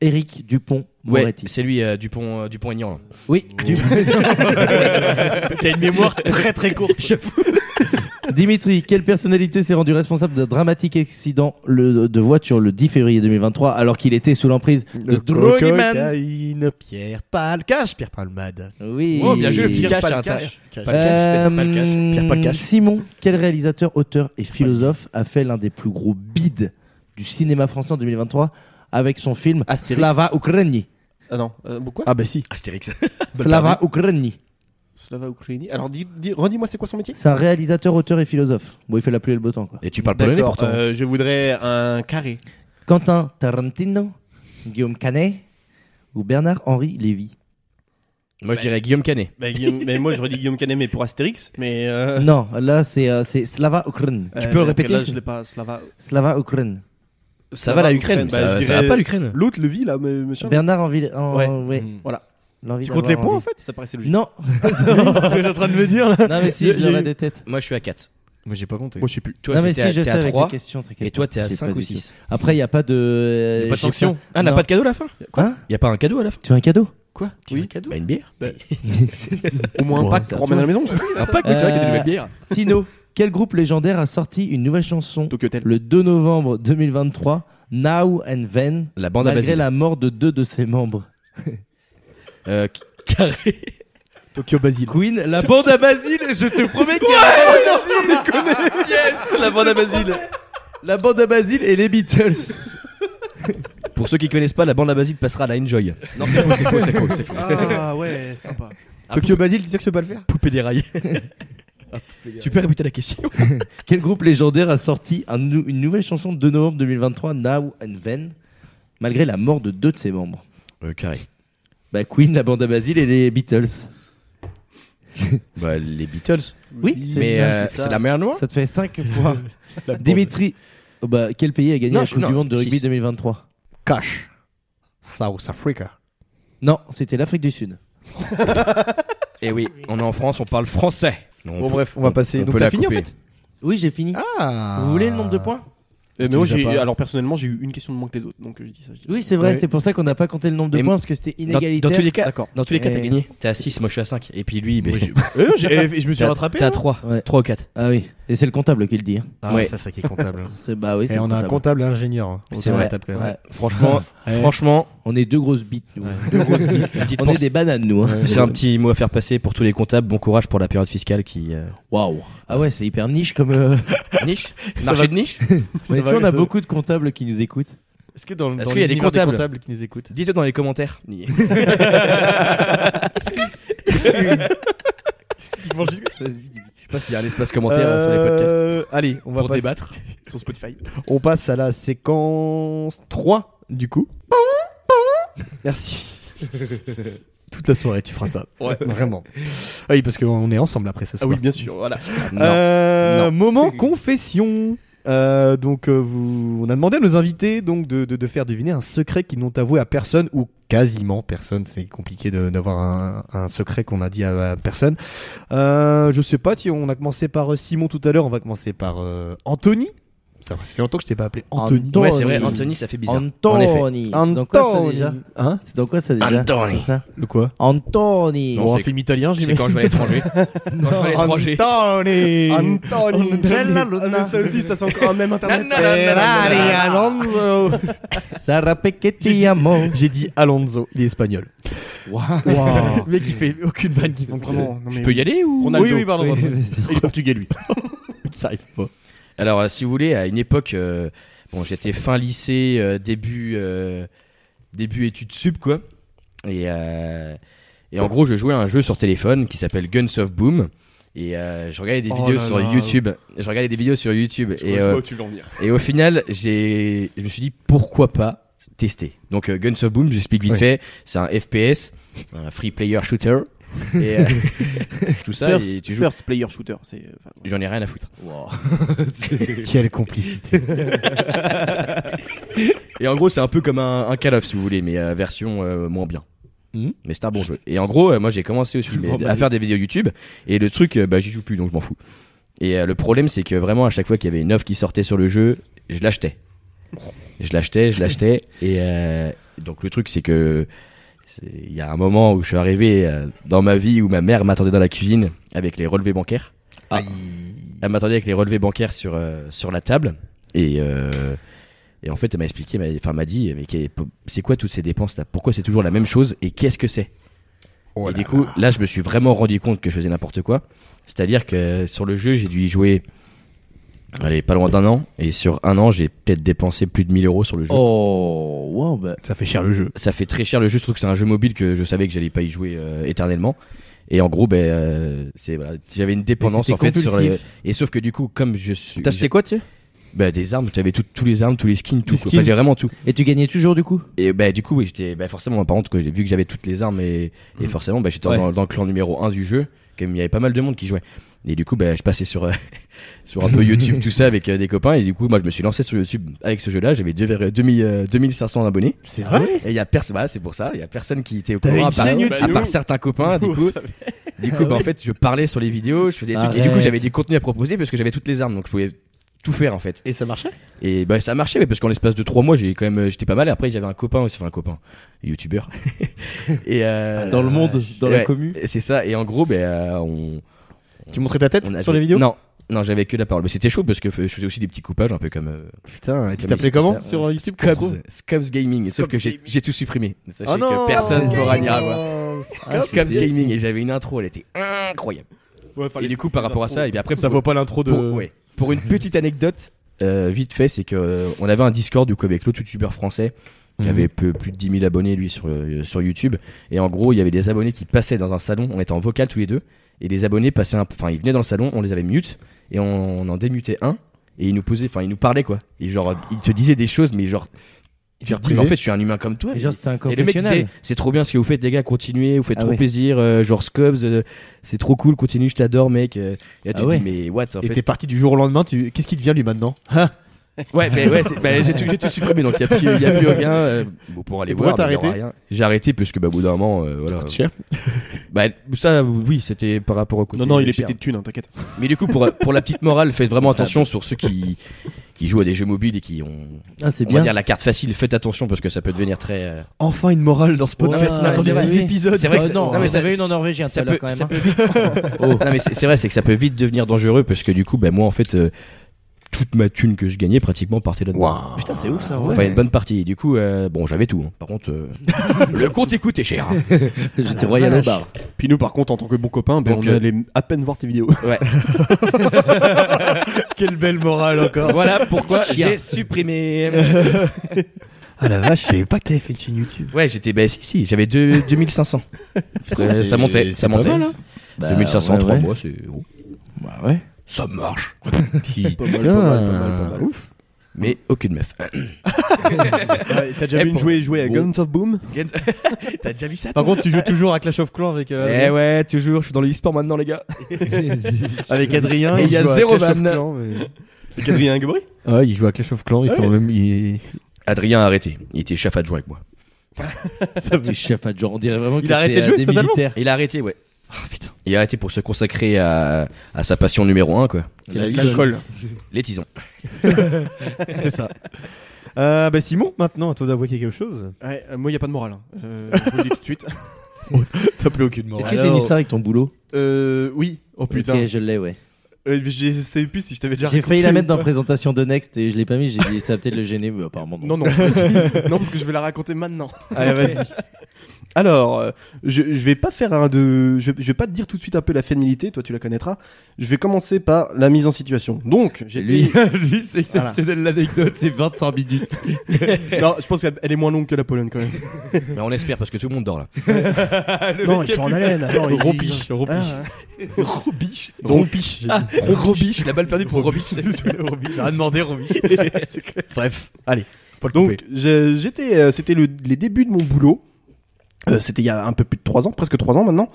Éric Ouais, Dupont-Moretti. c'est lui euh, Dupont euh, Dupont aignan. Oui, du- T'as une mémoire très très courte. Dimitri, quelle personnalité s'est rendu responsable d'un dramatique accident le- de voiture le 10 février 2023 alors qu'il était sous l'emprise de Drogueman Cocaïne, Pierre Palcache, Pierre Palmade. Oui. Oh, bien joué, le petit Pierre gars. Cash, Cash, un un cash. Euh, Palcache. Pierre Palcache. Simon, quel réalisateur, auteur et philosophe a fait l'un des plus gros bides du cinéma français en 2023 avec son film Astérix. Slava Ukraini Ah non, euh, bon, quoi Ah bah si. Astérix. Slava Ukraini. Slava Ukraini. Alors, dis, dis- redis-moi, c'est quoi son métier C'est un réalisateur, auteur et philosophe. Bon, il fait la pluie et le beau temps quoi. Et tu parles polonais pourtant. euh, je voudrais un carré. Quentin Tarantino, Guillaume Canet ou Bernard-Henri Lévy Moi je dirais Guillaume Canet. Bah, Guillaume- mais moi, j'aurais dit Guillaume Canet, mais pour Astérix. Mais. euh, Non, là c'est euh, c'est Slava Ukraini. euh, tu mais peux répéter Là, je l'ai pas. Slava. Slava Ukraini. Ça va la Ukraine. Bah, Ça je ça va dirais- pas l'Ukraine. L'autre, le vit là, mais monsieur. Bernard Henri. en- Ouais. ouais. Voilà. L'envie Mm. Tu de comptes les l'avoir points en envie. fait Ça paraissait logique. Non, C'est ce que j'ai en train de me dire là. non mais si je l'aurais de tête. Moi je suis à 4. Moi j'ai pas compté. Moi, je sais plus. Toi non mais t'es si à- je t'es sais à avec 3 les questions. t'inquiète et toi pas, t'es à j'ai 5 pas ou du tout. 6. Après il y a pas de. euh, Pas de j'ai sanction. Ah, n'a Non. pas de cadeau à la fin Quoi Y a pas un cadeau à la fin Hein Tu veux un cadeau Quoi Un Oui. cadeau Bah, une bière. Au moins un Bon, pack c'est pour à ramener à la maison. Un pack, oui, c'est vrai qu'il y a des nouvelles bières. Euh, Tino, quel groupe légendaire a sorti une nouvelle chanson Tokyo Hotel. le 2 novembre 2023, Now and Then, La bande à malgré Basile. la mort de deux de ses membres Euh, carré. Tokyo Basile. Queen, la bande à Basile, je te promets qu'il y a Yes, la bande à Basile. la bande à Basile et les Beatles. Pour ceux qui connaissent pas, la bande à Basile passera à la Enjoy. Non, c'est faux, c'est faux, c'est faux, c'est faux. Ah ouais, sympa. Tokyo Basile, tu sais que je peux pas le faire Poupée déraillée. Ah, Tu peux répéter la question Quel groupe légendaire a sorti un nou- une nouvelle chanson de 2 novembre 2023, Now and Then, malgré la mort de deux de ses membres euh, Carré. Bah Queen, la bande à Basile et les Beatles. Bah, les Beatles. Oui, Mais c'est ça, euh, c'est ça. c'est la mer noire Ça te fait 5 points. Dimitri, oh bah, quel pays a gagné Non, la je- Coupe du non, Monde de rugby six. 2023 Cash. South Africa. Non, c'était l'Afrique du Sud. Et Eh oui, on est en France, on parle français. Non, on Bon peut- bref, on va passer. on Donc peut t'as la fini en couper. fait Oui, j'ai fini. Ah Vous voulez le nombre de points Euh, Tu mais moi, les as j'ai, pas. alors personnellement, j'ai eu une question de moins que les autres, donc euh, je dis ça. je dis- Oui, c'est vrai, Oui. c'est pour ça qu'on n'a pas compté le nombre de Et points parce que c'était Dans, inégalitaire. dans tous les cas, D'accord. dans tous les cas, t'as Et- gagné. T'es à 6, moi je suis à 5. Et puis lui, mais... Eh Euh, non, j'ai- eh, Je me suis t'es à- rattrapé T'es à là. 3. Ouais. 3 ou 4. Ah oui, et c'est le comptable qui le dit. hein. Ah Ouais. ça c'est qui est comptable. C'est bah oui, c'est Et le on a un comptable et un ingénieur. hein, au C'est sein de vrai. la table, quand même. Ouais. Franchement, Eh, franchement, On est deux grosses bites nous. une petite On est pensée- des bananes nous. hein. C'est un petit mot à faire passer pour tous les comptables. Bon courage pour la période fiscale qui euh, Waouh. Ah ouais, c'est hyper niche comme. euh, niche, marché de niche. Ça Est-ce va, qu'on a ça- beaucoup de comptables qui nous écoutent Est-ce que dans, Est-ce dans qu'il y a des l'univers comptables qui nous écoutent Dites-le dans les commentaires. Je sais pas s'il y a un espace commentaire euh, sur les podcasts Euh, Allez, on va pour passer- débattre. Sur Spotify. On passe à la séquence 3 du coup. Merci. Toute la soirée, tu feras ça. Vraiment. Ah Oui, parce qu'on est ensemble après ce Ah soir. oui, bien sûr. Voilà. Euh, Moment confession. Euh, donc, euh, vous, on a demandé à nos invités donc de, de- de faire deviner un secret qu'ils n'ont avoué à personne ou quasiment personne. C'est compliqué de- d'avoir un, un secret qu'on a dit à, à personne. Euh, je sais pas. tiens, on a commencé par euh, Simon tout à l'heure. On va commencer par euh, Anthony. Ça fait longtemps que je t'ai pas appelé Anthony. Anthony. Anthony. Ouais, c'est vrai, Anthony, ça fait bizarre. En effet. Anthony. C'est dans quoi ça déjà Hein C'est dans quoi ça déjà Anthony. C'est ça Le quoi Anthony. Bon, un c'est- film italien, C'est j'imagine. quand je vais à l'étranger. quand je vais à l'étranger. Anthony Anthony Angela Oh, Ah, mais Ça aussi, ça sent encore même internet. ça. Ferrari Alonso Sarah Pechetti, amo. J'ai dit Alonso, il est espagnol. Waouh. Le mec, il fait aucune vanne qui Vraiment, non, Je mais- peux y aller ou Ronaldo. Oui, oui, pardon. Oui, pardon. vas-y. Et le portugais, lui. Ça arrive pas. Alors, euh, si vous voulez, à une époque, euh, bon, j'étais fin lycée, euh, début, euh, début études sup, quoi. Et, euh, et en gros, je jouais à un jeu sur téléphone qui s'appelle Guns of Boom. Et euh, je regardais des Oh vidéos là sur là. YouTube. Je regardais des vidéos sur YouTube. Je Et, vois euh, où tu veux en venir. et au final, j'ai, je me suis dit pourquoi pas tester. Donc, euh, Guns of Boom, j'explique vite Ouais. fait, c'est un FPS, un free player shooter. Et euh, tout ça, et tu joues. First player shooter, c'est. enfin, ouais. J'en ai rien à foutre. Quelle complicité. Et en gros, c'est un peu comme un, un Call of, si vous voulez, mais euh, version euh, moins bien. Mhm. Mais c'est un bon jeu. Et en gros, euh, moi j'ai commencé aussi mais, à faire des vidéos YouTube. Et le truc, euh, bah, j'y joue plus, donc je m'en fous. Et euh, le problème, c'est que vraiment, à chaque fois qu'il y avait une offre qui sortait sur le jeu, je l'achetais. Je l'achetais, je l'achetais. et euh, donc le truc, c'est que c'est- il y a un moment où je suis arrivé euh, dans ma vie où ma mère m'attendait dans la cuisine avec les relevés bancaires. Ah. Elle m'attendait avec les relevés bancaires sur, euh, sur la table. Et, euh, et en fait, elle m'a expliqué, m'a- enfin, m'a dit, mais qu'est- c'est quoi toutes ces dépenses-là Pourquoi c'est toujours la même chose Et qu'est-ce que c'est Et du coup, Oh là, je me suis vraiment rendu compte que je faisais n'importe quoi. C'est-à-dire que sur le jeu, j'ai dû y jouer, allez, pas loin d'un an. Et sur un an, j'ai peut-être dépensé plus de 1000 euros sur le jeu. Oh, wow, bah. Ça fait cher le jeu. Ça fait très cher le jeu, surtout que c'est un jeu mobile que je savais que j'allais pas y jouer euh, éternellement. Et en gros, ben, euh, c'est voilà, j'avais une dépendance Mais en c'était fait sur le... compulsif. Et sauf que du coup, comme je suis, quoi dessus bah, des armes, tu avais tout- tous les armes, tous les skins, tout. Les quoi. skins. Enfin, j'ai vraiment tout. Et tu gagnais toujours du coup Et bah, du coup, oui, j'étais bah, forcément, par contre, que j'ai- vu que j'avais toutes les armes et, et forcément, bah, j'étais Mm. Ouais. dans, dans le clan numéro 1 du jeu. Comme il y avait pas mal de monde qui jouait. Et du coup, bah, je passais sur, euh, sur un peu YouTube, tout ça, avec euh, des copains. Et du coup, moi, je me suis lancé sur YouTube avec ce jeu-là. J'avais deux vers- 2000, euh, 2500 abonnés. C'est vrai Et il y a personne, voilà, c'est pour ça. Il y a personne qui était au T'avais courant, à une part, chaîne à YouTube part certains copains. Du Vous coup, savez. du coup, Ah bah, en fait, je parlais sur les vidéos, je faisais des trucs. Et du coup, Arrête. j'avais du contenu à proposer parce que j'avais toutes les armes. Donc, je pouvais tout faire, en fait. Et ça marchait Et bah ça a marché ouais, parce qu'en l'espace de trois mois j'ai quand même euh, j'étais pas mal et après j'avais un copain aussi enfin un copain youtubeur et Ah, euh, Dans le monde, dans la ouais. commune. et c'est ça et en gros ben euh, on, Tu montrais ta tête on sur joué- les vidéos non non j'avais que la parole mais c'était chaud parce que f- je faisais aussi des petits coupages un peu comme euh, Putain, et tu comme t'appelais ils appellent comment ça, sur euh, YouTube qu'on trouve Scubs Scubs Gaming sauf que j'ai j'ai tout supprimé sachez Oh non que personne ne pourra venir à moi voir. Scubs Gaming et j'avais une intro elle était incroyable et du coup par rapport à ça et bien après Ça pour- vaut pas l'intro de. pour, ouais. Pour une petite anecdote, euh, vite fait, c'est que euh, on avait un Discord du coup avec l'autre youtubeur français qui Mhm. avait peu- plus de 10 000 abonnés lui sur, euh, sur YouTube. Et en gros, il y avait des abonnés qui passaient dans un salon, on était en vocal tous les deux, et les abonnés passaient un peu- enfin ils venaient dans le salon, on les avait mute, et on, on en démutait un, et ils nous posaient, enfin ils nous parlaient quoi. Et genre, ils te disaient des choses, mais genre. tu te dis, privé. mais en fait, je suis un humain comme toi. Et genre, c'est un Et le mec disait, confessionnal. c'est trop bien ce que vous faites, les gars, continuez, vous faites Ah trop ouais. plaisir, euh, genre Scubs, euh, c'est trop cool, continue, je t'adore, mec. euh. Et là, tu Ah te ouais. dis, mais what, en Et fait. t'es parti du jour au lendemain, tu... qu'est-ce qui devient lui maintenant Ah, Ouais, mais ouais, c'est- bah, j'ai tout, j'ai tout supprimé, donc il n'y a, plus rien. euh, bon, pour aller Et pourquoi voir, t'as mais il y aura arrêté rien. J'ai arrêté parce que, bah, au bout d'un moment, euh, voilà. cher. Bah, ça, oui, c'était par rapport au côté. Non, non, il est cher. pété de thunes, hein, t'inquiète. Mais du coup, pour, pour la petite morale, faites vraiment attention sur ceux qui, qui jouent à des jeux mobiles et qui ont, Ah, c'est on va bien. dire, la carte facile. Faites attention parce que ça peut devenir très. euh, Enfin une morale dans ce podcast. Ouais, on attendait c'est vrai. 10 épisodes. C'est vrai que Euh, ça- non, non, mais mais ça- avait une en norvégien tout ça à l'heure peut- quand même. ça hein. Non, mais c'est c'est vrai, c'est que ça peut vite devenir dangereux parce que du coup, bah, moi, en fait, euh, toute ma thune que je gagnais pratiquement partait là-dedans. Waouh. Putain, c'est ouf ça. en Enfin, vrai. une bonne partie. Du coup, euh, bon, j'avais tout. hein. Par contre, euh, le compte écoute est cher. hein. J'étais royal au bar. Puis nous, par contre, en tant que bon copain, ben, Donc, on euh, allait à peine voir tes vidéos. Quelle belle morale encore. Voilà pourquoi Chien. j'ai supprimé. Ah la vache, je savais pas que t'avais fait une chaîne YouTube. Ouais, j'étais. Bah, si, si, j'avais deux- 2500. Euh, ça montait, ça montait. Bah, 2500, ouais, 3 ouais. mois, c'est. oh, Bah ouais. Ça marche. Pas mal, pas mal, pas mal, pas mal. Ouf. Mais aucune meuf. Ah T'as déjà Eh, vu une pour- jouer, jouer à Bon. Guns of Boom T'as déjà vu ça Par contre, tu joues toujours à Clash of Clans avec, euh, Eh ouais, toujours, je suis dans le e-sport maintenant, les gars. avec Adrien. Et il y a joue à zéro Clash of ban. Clans, mais- Adrien Gabri Ah, il joue à Clash of Clans, ils sont même. ils- Adrien a arrêté. Il était chef adjoint avec moi. Petit chef adjoint, on dirait vraiment Il que a arrêté c'est, de euh, jouer des totalement militaires. Il a arrêté, ouais. Ah putain. Il a arrêté pour se consacrer à, à sa passion numéro 1, quoi. L'alcool. Les tisons. C'est ça. Euh, bah Simon, maintenant, à toi d'avouer quelque chose. Ouais, euh, moi, il n'y a pas de morale. hein. Euh, je vous le dis tout de suite. T'as plus aucune Est-ce morale. que c'est une Alors- histoire avec ton boulot Euh, oui. Oh putain. Ok, je l'ai, ouais. Euh, je je sais plus si je t'avais déjà J'ai raconté failli la ou mettre dans pas. présentation de Next et je l'ai pas mis. J'ai dit ça va peut-être le gêner, mais apparemment non. Non, non. non, parce que je vais la raconter maintenant. Allez, vas-y. Alors, euh, je, je vais pas faire un de. Je, je vais pas te dire tout de suite un peu la fénilité, toi tu la connaîtras. Je vais commencer par la mise en situation. Donc, j'ai lui, c'est exceptionnel, l'anecdote, c'est 25 minutes. non, je pense qu'elle elle est moins longue que la Pologne quand même. Mais on espère parce que tout le monde dort là. Non, ils sont en haleine. Attends, ils- Rompiche, rompiche. Ah. Robiche. Rompiche. Robiche, la balle perdue pour Robiche. J'ai rien demandé, Rompiche. Bref, allez. Faut le Donc, couper. je- j'étais. euh, C'était le- les débuts de mon boulot. Euh, C'était il y a un peu plus de 3 ans, presque 3 ans maintenant.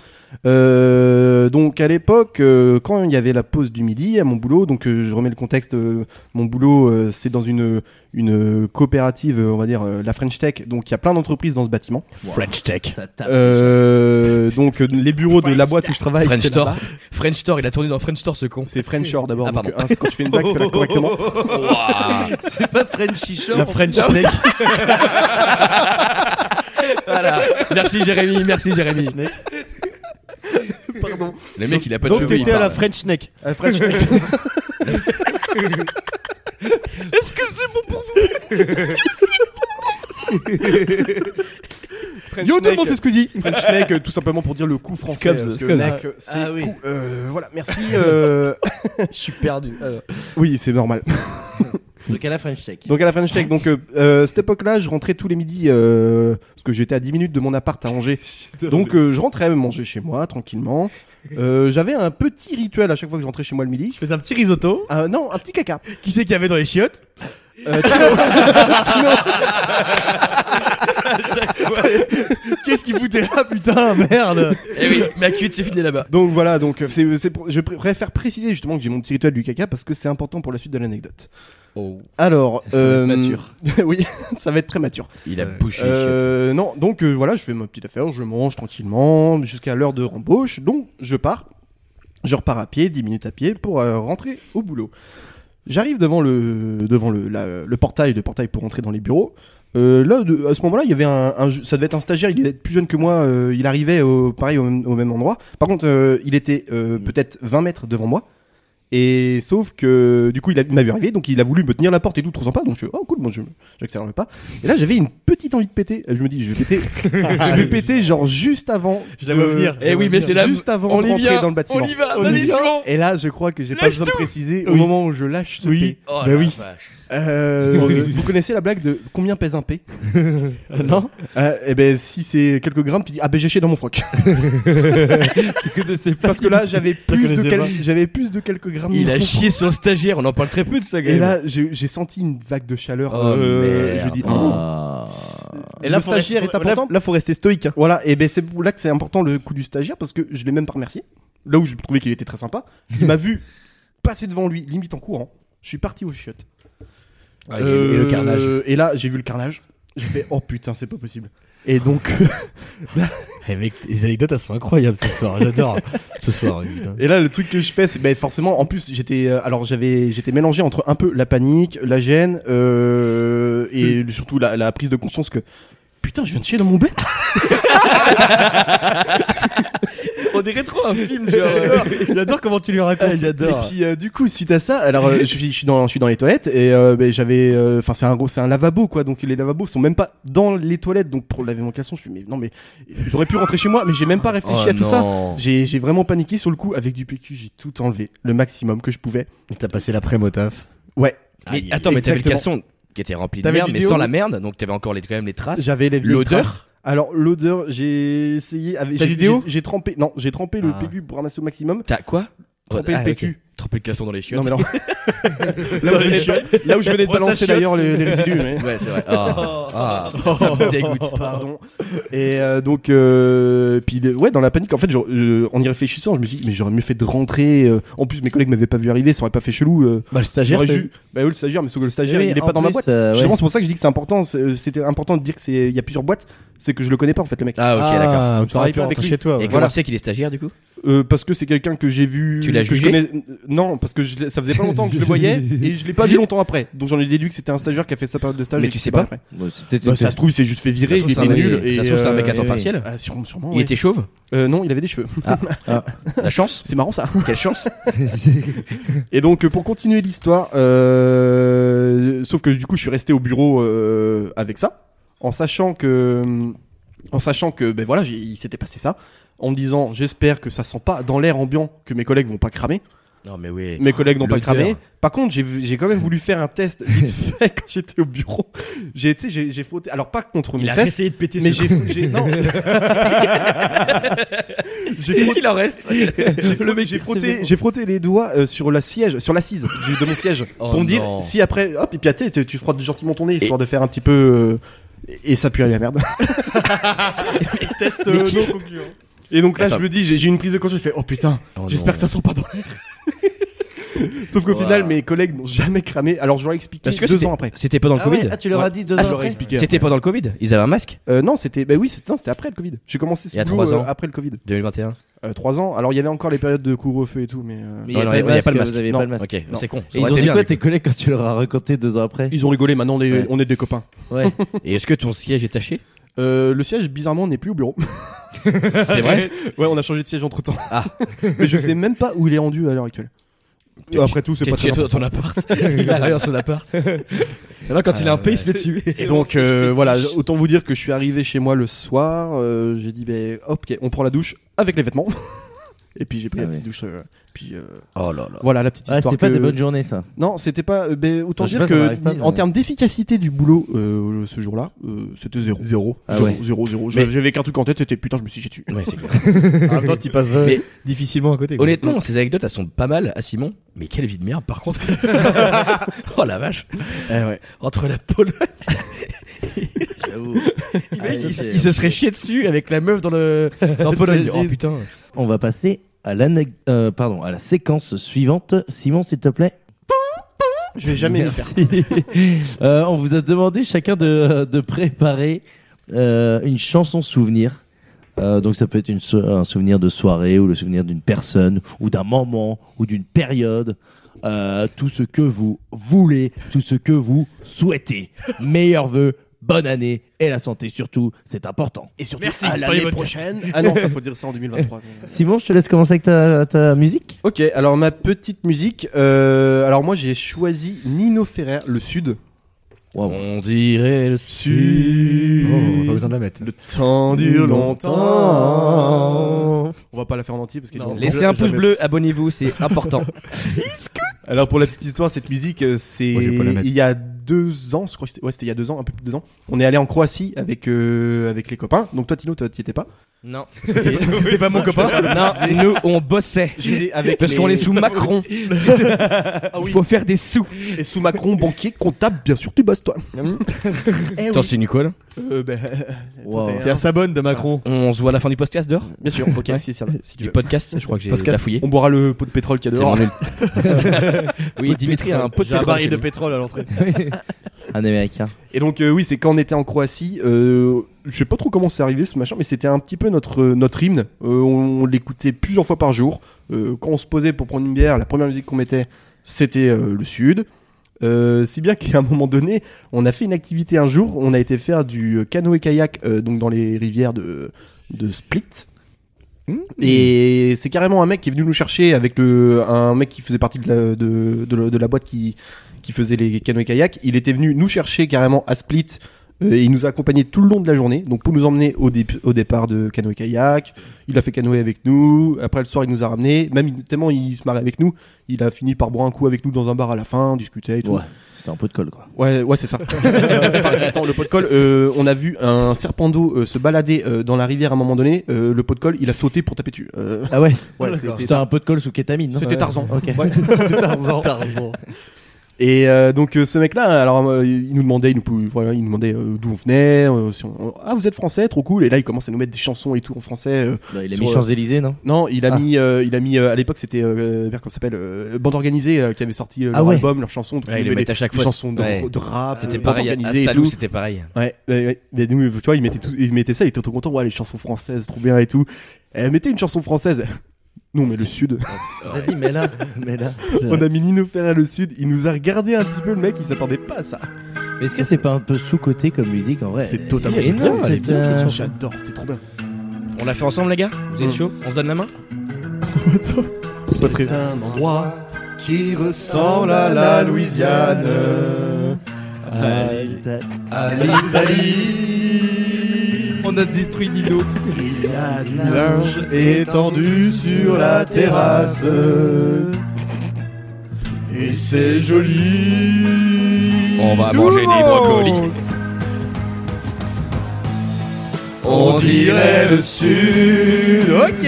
Euh, donc à l'époque, euh, quand il y avait la pause du midi à mon boulot, donc euh, je remets le contexte, euh, mon boulot euh, c'est dans une, une coopérative, euh, on va dire euh, la French Tech, donc il y a plein d'entreprises dans ce bâtiment. French Tech. Ça Ah, tape. Euh, donc euh, les bureaux de la boîte où je travaille, French c'est Store. là-bas. French Store, il a tourné dans French Store ce con. C'est French Shore d'abord. Ah, donc, pardon. hein, quand tu fais une blague, fais-la correctement. Ouah. C'est pas Frenchy Shop. La French Tech. Voilà. Merci Jérémy, merci Jérémy. Le mec, il a pas de Donc, cheveux. il t'étais à la parle. French Neck. Euh, French Tech. Est-ce que c'est bon pour French Yo, tout le Neck. monde, c'est Squeezie. French neck, euh, tout simplement pour dire le coup français. hein, Scabs, parce que Scabs. neck, c'est Ah oui. coup. Euh, voilà, merci. euh, Je suis perdu. Alors. oui, c'est normal. Euh, Donc à la French Tech. Donc à la French Tech, donc euh, euh, cette époque-là, je rentrais tous les midis euh, parce que j'étais à 10 minutes de mon appart à Angers. donc euh, je rentrais manger chez moi tranquillement. Euh, J'avais un petit rituel à chaque fois que je rentrais chez moi le midi. Je faisais un petit risotto. Ah, non, un petit caca. Qui c'est qu'il y avait dans les chiottes Euh, Tino- Tino- Qu'est-ce qui foutait là, putain, merde Eh euh, oui, ma cuite, c'est fini là-bas. Donc voilà, donc euh, c'est, c'est pour- je pr- préfère préciser justement que j'ai mon petit rituel du caca parce que c'est important pour la suite de l'anecdote. Oh. Alors, Ça va être euh, mature. oui, ça va être très mature. Il a bouché les chiottes. Euh, non, donc euh, voilà, je fais ma petite affaire, je mange tranquillement jusqu'à l'heure de rembauche. Donc je pars, je repars à pied, 10 minutes à pied pour euh, rentrer au boulot. J'arrive devant le devant le, la- le portail, le portail pour rentrer dans les bureaux. Euh, là, de- à ce moment-là, il y avait un, un- ça devait être un stagiaire, il devait être plus jeune que moi. euh, il arrivait au, pareil au même, au même endroit. Par contre, euh, il était euh, peut-être 20 mètres devant moi. Et sauf que du coup, il a- il m'a vu arriver, donc il a voulu me tenir la porte et tout, trop sympa. Donc je fais, oh cool, moi je j'accélère le pas. Et là, j'avais une petite envie de péter. Je me dis, je vais péter, je vais péter genre juste avant. Je la vois de- venir. Eh oui, mais c'est là. Juste avant On de y rentrer vient. dans le bâtiment. On y va. On Vas-y, y vient. Simon. Et là, je crois que j'ai pas Lâche besoin de tout. préciser au Oui. moment où je lâche ce Oui. P. Oh Bah la oui. vache. Euh, vous connaissez la blague de combien pèse un P Non Euh, Eh ben, si c'est quelques grammes, tu dis ah ben j'ai chié dans mon froc. Parce que là, j'avais plus de connaissais quel- pas. j'avais plus de quelques grammes. Il dans a mon chié sur le stagiaire, on en parle très peu de ça, gars. Et là, j'ai j'ai senti une vague de chaleur. Oh, euh, je me dis, oh, Ah. et là, le stagiaire est là, important. là, faut rester stoïque. hein. Voilà, et ben c'est pour là que c'est important le coup du stagiaire parce que je l'ai même pas remercié. Là où je trouvais qu'il était très sympa, il m'a vu passer devant lui, limite en courant. Je suis parti au chiottes. Euh, et le- et le carnage. Et là, j'ai vu le carnage. J'ai fait, oh putain, c'est pas possible. Et donc, Eh mec, les anecdotes elles sont incroyables ce soir, j'adore. ce soir, putain. Et là, le truc que je fais, c'est ben, forcément, en plus, j'étais, euh, alors j'avais, j'étais mélangé entre un peu la panique, la gêne euh, et surtout la, la prise de conscience que putain, je viens de chier dans mon bain. On dirait trop un film, genre. oh, euh, J'adore comment tu lui racontes. Et puis euh, du coup, suite à ça, alors euh, je, suis- je suis dans, je suis dans les toilettes et euh, ben, j'avais, euh, enfin c'est un gros, c'est un lavabo quoi, donc les lavabos sont même pas dans les toilettes, donc pour laver mon caleçon, je suis mais non mais j'aurais pu rentrer chez moi, mais j'ai même pas réfléchi oh à tout ça. non. J'ai j'ai vraiment paniqué sur le coup avec du PQ, j'ai tout enlevé, le maximum que je pouvais. T'as passé l'après motaf. Ouais, Mais Aïe, attends, mais t'avais le Ah, exactement. casson qui était rempli de T'avais merde, du mais déo, sans oui. la merde, donc t'avais encore les, quand même les traces. j'avais les vieilles traces. L'odeur. Alors l'odeur, j'ai essayé avec T'as j'ai- du déo j'ai- J'ai trempé, non, j'ai trempé le Ah. PQ pour ramasser au maximum. T'as quoi Ah, Tremper le ok. PQ. Tremper le casson dans les chiottes. Non mais non. là, où je venais, de- là où je venais de Prends sa balancer chiotte. d'ailleurs les, les résidus. mais- Ouais, c'est vrai. oh. Ah, ah, ça me dégoûte. Pardon. Et euh, donc, euh, puis de- ouais, dans la panique, en fait, genre, euh, en y réfléchissant, je me suis dit, mais j'aurais mieux fait de rentrer. euh. en plus, mes collègues m'avaient pas vu arriver, ça aurait pas fait chelou. euh. Bah le stagiaire. J'aurais t'as- ju- Bah oui, le stagiaire, mais sauf que le stagiaire, Oui, il est en pas dans ma plus, boîte. euh, ouais. Justement, c'est pour ça que je dis que c'est important. c'est- euh, C'était important de dire que c'est, il y a plusieurs boîtes, c'est que je le connais pas en fait, le mec. Ah, ok, Ah, d'accord. Je travaille T'aurais pas pu avec rentrer lui. chez toi. Et ouais. comment tu sais qu'il est stagiaire du coup euh, parce que c'est quelqu'un que j'ai vu. Tu l'as que je jugé connais- euh, Non, parce que je- ça faisait pas longtemps que je le voyais et je l'ai pas vu longtemps après. Donc j'en ai déduit que c'était un stagiaire qui a fait sa période de stage. Mais et tu qui sais s'est pas. après. Bon, c'est peut-être Bah, une- ça se trouve, il s'est juste fait virer, Ça se il trouve, était c'est un nul. mec- et, ça se trouve, c'est un euh, mec à temps et- partiel. Ah, sûrement, sûrement, Il ouais. était chauve Euh, non, il avait des cheveux. La chance C'est marrant ça. Quelle chance Et donc euh, pour continuer l'histoire, euh, sauf que du coup je suis resté au bureau euh, avec ça, en sachant que, en sachant que ben voilà, j'ai- il s'était passé ça, en me disant j'espère que ça sent pas dans l'air ambiant que mes collègues vont pas cramer. Non, mais oui. Mes collègues n'ont pas l'odeur. cramé. Par contre j'ai vu- j'ai quand même voulu faire un test vite fait quand j'étais au bureau. J'ai tu sais, j'ai j'ai frotté, alors pas contre mes fesses, essayé de péter mais j'ai j'ai non. J'ai frotté- Il en reste j'ai frotté, j'ai frotté, j'ai frotté les doigts euh, sur la siège, sur l'assise du- de mon siège Oh pour me dire non. si après hop et puis ah, t'es- tu, tu frottes gentiment ton nez histoire de faire un petit peu euh, et ça pue à la merde. Test euh, non concluant. Et donc là Attends. je me dis j'ai j'ai une prise de conscience, je fais oh putain, Oh j'espère non. que ça sent pas dans l'air. Sauf qu'au Ouah. final mes collègues n'ont jamais cramé. Alors je leur ai expliqué Parce que deux c'était- ans après. C'était pendant le Ah ouais, Covid ah, tu leur as dit deux Ah, ans je leur ai après expliqué. C'était pendant le Covid Ils avaient un masque Euh, non c'était bah oui c'était non, c'était après le Covid. J'ai commencé ce Il y a boulot, trois euh, ans. après le Covid. 2021 Euh, Trois ans. Alors il y avait encore les périodes de couvre-feu et tout mais. euh, Mais Non, il non, n'y a, il y a pas le masque. Vous avez Non, pas le masque. Ok, Non. c'est con. ça Et aurait ils ont été dit bien, quoi du tes collègues quand tu leur as raconté deux ans après Ils ont rigolé, maintenant on est, Ouais. on est des copains. Ouais. coup. Et est-ce que ton siège est taché Euh, le siège, bizarrement, n'est plus au bureau. C'est vrai ouais, on a changé de siège entre temps. Ah. Mais je sais même pas où il est rendu à l'heure actuelle. Tu- Après tout, c'est T'es pas chez toi très dans important. ton appart Il a dans son appart Maintenant quand il a un P il se fait dessus Et donc, euh, voilà, autant vous dire que je suis arrivé chez moi le soir. euh, j'ai dit, ben hop, ok, on prend la douche avec les vêtements. Et puis j'ai pris Ah la ouais. petite douche. euh, puis euh, Oh là là voilà la petite Ah, histoire. c'est pas que- des bonnes journées ça. Non, c'était pas. euh, ben, autant Je sais dire pas, ça que m'arrive pas, ni- mais- en termes d'efficacité du boulot euh, ce jour-là, euh, c'était zéro. Zéro. Ah ouais. zéro, zéro, zéro. Mais- J'avais qu'un truc en tête, c'était putain, je me suis jeté. Ouais, c'est clair. En même temps, tu passes euh, Mais- difficilement à côté. quoi. Honnêtement, ces anecdotes, elles sont pas mal à Simon, mais quelle vie de merde par contre. oh la vache. Entre la Pologne, il, Ah, il- ça, c'est- il se serait chié dessus avec la meuf dans le dans Pologne. T'imagines oh putain. On va passer à, l'ane- euh, pardon, à la séquence suivante. Simon, s'il te plaît. Je vais jamais le faire. Euh, on vous a demandé chacun de, de préparer euh, une chanson souvenir. Euh, donc ça peut être une so- un souvenir de soirée ou le souvenir d'une personne ou d'un moment ou d'une période. Euh, tout ce que vous voulez, tout ce que vous souhaitez. Meilleurs vœux, bonne année et la santé surtout, c'est important. Et surtout à l'année prochaine. Ah non, ça faut dire ça en 2023. mais- Simon, je te laisse commencer avec ta, ta musique. Ok, alors ma petite musique. euh, alors moi j'ai choisi Nino Ferrer, le Sud. On dirait le Oh, on a pas sud. besoin de la mettre. Le temps dure longtemps. On va pas la faire en entier parce que Laissez un pouce bleu, abonnez-vous, c'est important. Alors pour la petite histoire, cette musique, euh, c'est Moi, je vais pas la mettre. il y a deux ans, je crois que c'était- ouais, c'était il y a deux ans, un peu plus de deux ans. On est allé en Croatie avec euh, avec les copains. Donc toi Tino, toi t'y étais pas. Non. C'était pas mon copain. Non, nous on bossait. avec Parce les- Ah qu'on est sous Macron. Il faut faire des sous. Et sous Macron, banquier, comptable, bien sûr tu bosses toi. Eh oui. Attends, c'est Nicole. Euh, ben, Wow. 31. T'es à Sabonne de Macron. On se voit à la fin du podcast dehors. Bien sûr, ok, si, ça va, si tu Du veux. podcast, je crois que j'ai Podcast. fouillé. On boira le pot de pétrole qu'il y a C'est dehors. mon Oui, Dimitri a un pot de J'ai un pétrole baril chez de lui. pétrole à l'entrée. Un américain. Et donc euh, oui, c'est quand on était en Croatie, euh, je sais pas trop comment c'est arrivé ce machin, mais c'était un petit peu notre euh, notre hymne. Euh, on l'écoutait plusieurs fois par jour. Euh, quand on se posait pour prendre une bière, la première musique qu'on mettait, c'était euh, le Sud. Euh, si bien qu'à un moment donné, on a fait une activité un jour. On a été faire du canoë kayak euh, donc dans les rivières de de Split. Et c'est carrément un mec qui est venu nous chercher avec le un mec qui faisait partie de la, de, de la- de la boîte qui qui faisait les canoës kayak. Il était venu nous chercher carrément à Split. euh, et il nous a accompagnés tout le long de la journée, donc pour nous emmener au, dé- au départ de canoë kayak. Il a fait canoë avec nous. Après le soir, il nous a ramenés. Même il- tellement il se marrait avec nous, il a fini par boire un coup avec nous dans un bar à la fin, discuter et tout. Ouais, c'était un pot de colle quoi. Ouais, ouais, c'est ça. Enfin, attends, le pot de colle, euh, on a vu un serpent d'eau euh, se balader euh, dans la rivière à un moment donné. Euh, le pot de colle, il a sauté pour taper dessus. Euh, Ah ouais, ouais, c'était un pot de colle sous kétamine. non C'était Tarzan. Ouais. c'était Tarzan. Tarzan. Et euh, donc euh, ce mec-là, alors euh, il nous demandait, il nous, pou- voilà, il nous demandait euh, d'où on venait, euh, si on- ah vous êtes français, trop cool. Et là il commence à nous mettre des chansons et tout en français. euh. il a Sur mis le- Champs-Élysées, non Non, il a Ah. mis, euh, il a mis euh, à l'époque c'était euh, merde, qu'on s'appelle euh, bande organisée euh, qui avait sorti euh, Ah leur ouais. album, leurs chansons, donc Ouais, il ils le avait mettent à chaque des fois. chansons de, Ouais. de rap, C'était euh, bande pareil, à organisée et Salou, tout. c'était pareil. Ouais, ouais, ouais. Mais nous, tu vois, il mettait, tout, il mettait ça, il était trop content. Ouais, les chansons françaises, trop bien et tout. Euh, mettez une chanson française. Non, mais le sud. Vas-y, mets-la. mets-la. On a mis Nino Ferrer le sud. Il nous a regardé un petit peu, le mec, il s'attendait pas à ça. Mais est-ce que c'est pas un peu sous-côté comme musique en vrai C'est totalement Elle est énorme, sous-côté, elle est cette, bien, euh, cette chanson. J'adore, c'est trop bien. On l'a fait ensemble, les gars Vous êtes chaud On se donne la main C'est pas très. un endroit qui ressemble à la Louisiane, Ah, à l'Italie. On a détruit Nino. Il y a du Linge linge étendu sur la terrasse. et c'est joli. On va manger des brocolis. On dirait le sud. Ok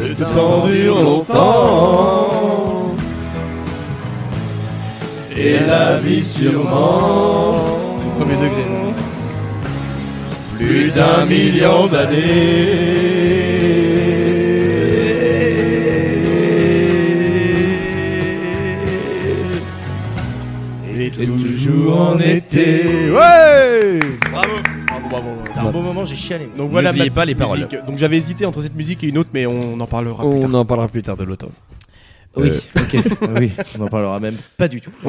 Le temps dure longtemps Et la vie sûrement Premier degré. Plus d'un million d'années Et toujours en été Ouais C'était un bon moment, j'ai chialé. Donc voilà, N'oubliez ma pas les petite paroles. musique. Donc j'avais hésité entre cette musique et une autre, mais on en parlera plus tard. On en parlera plus tard de l'automne. Oui, Euh. ok. Ah oui, on en parlera même pas du tout.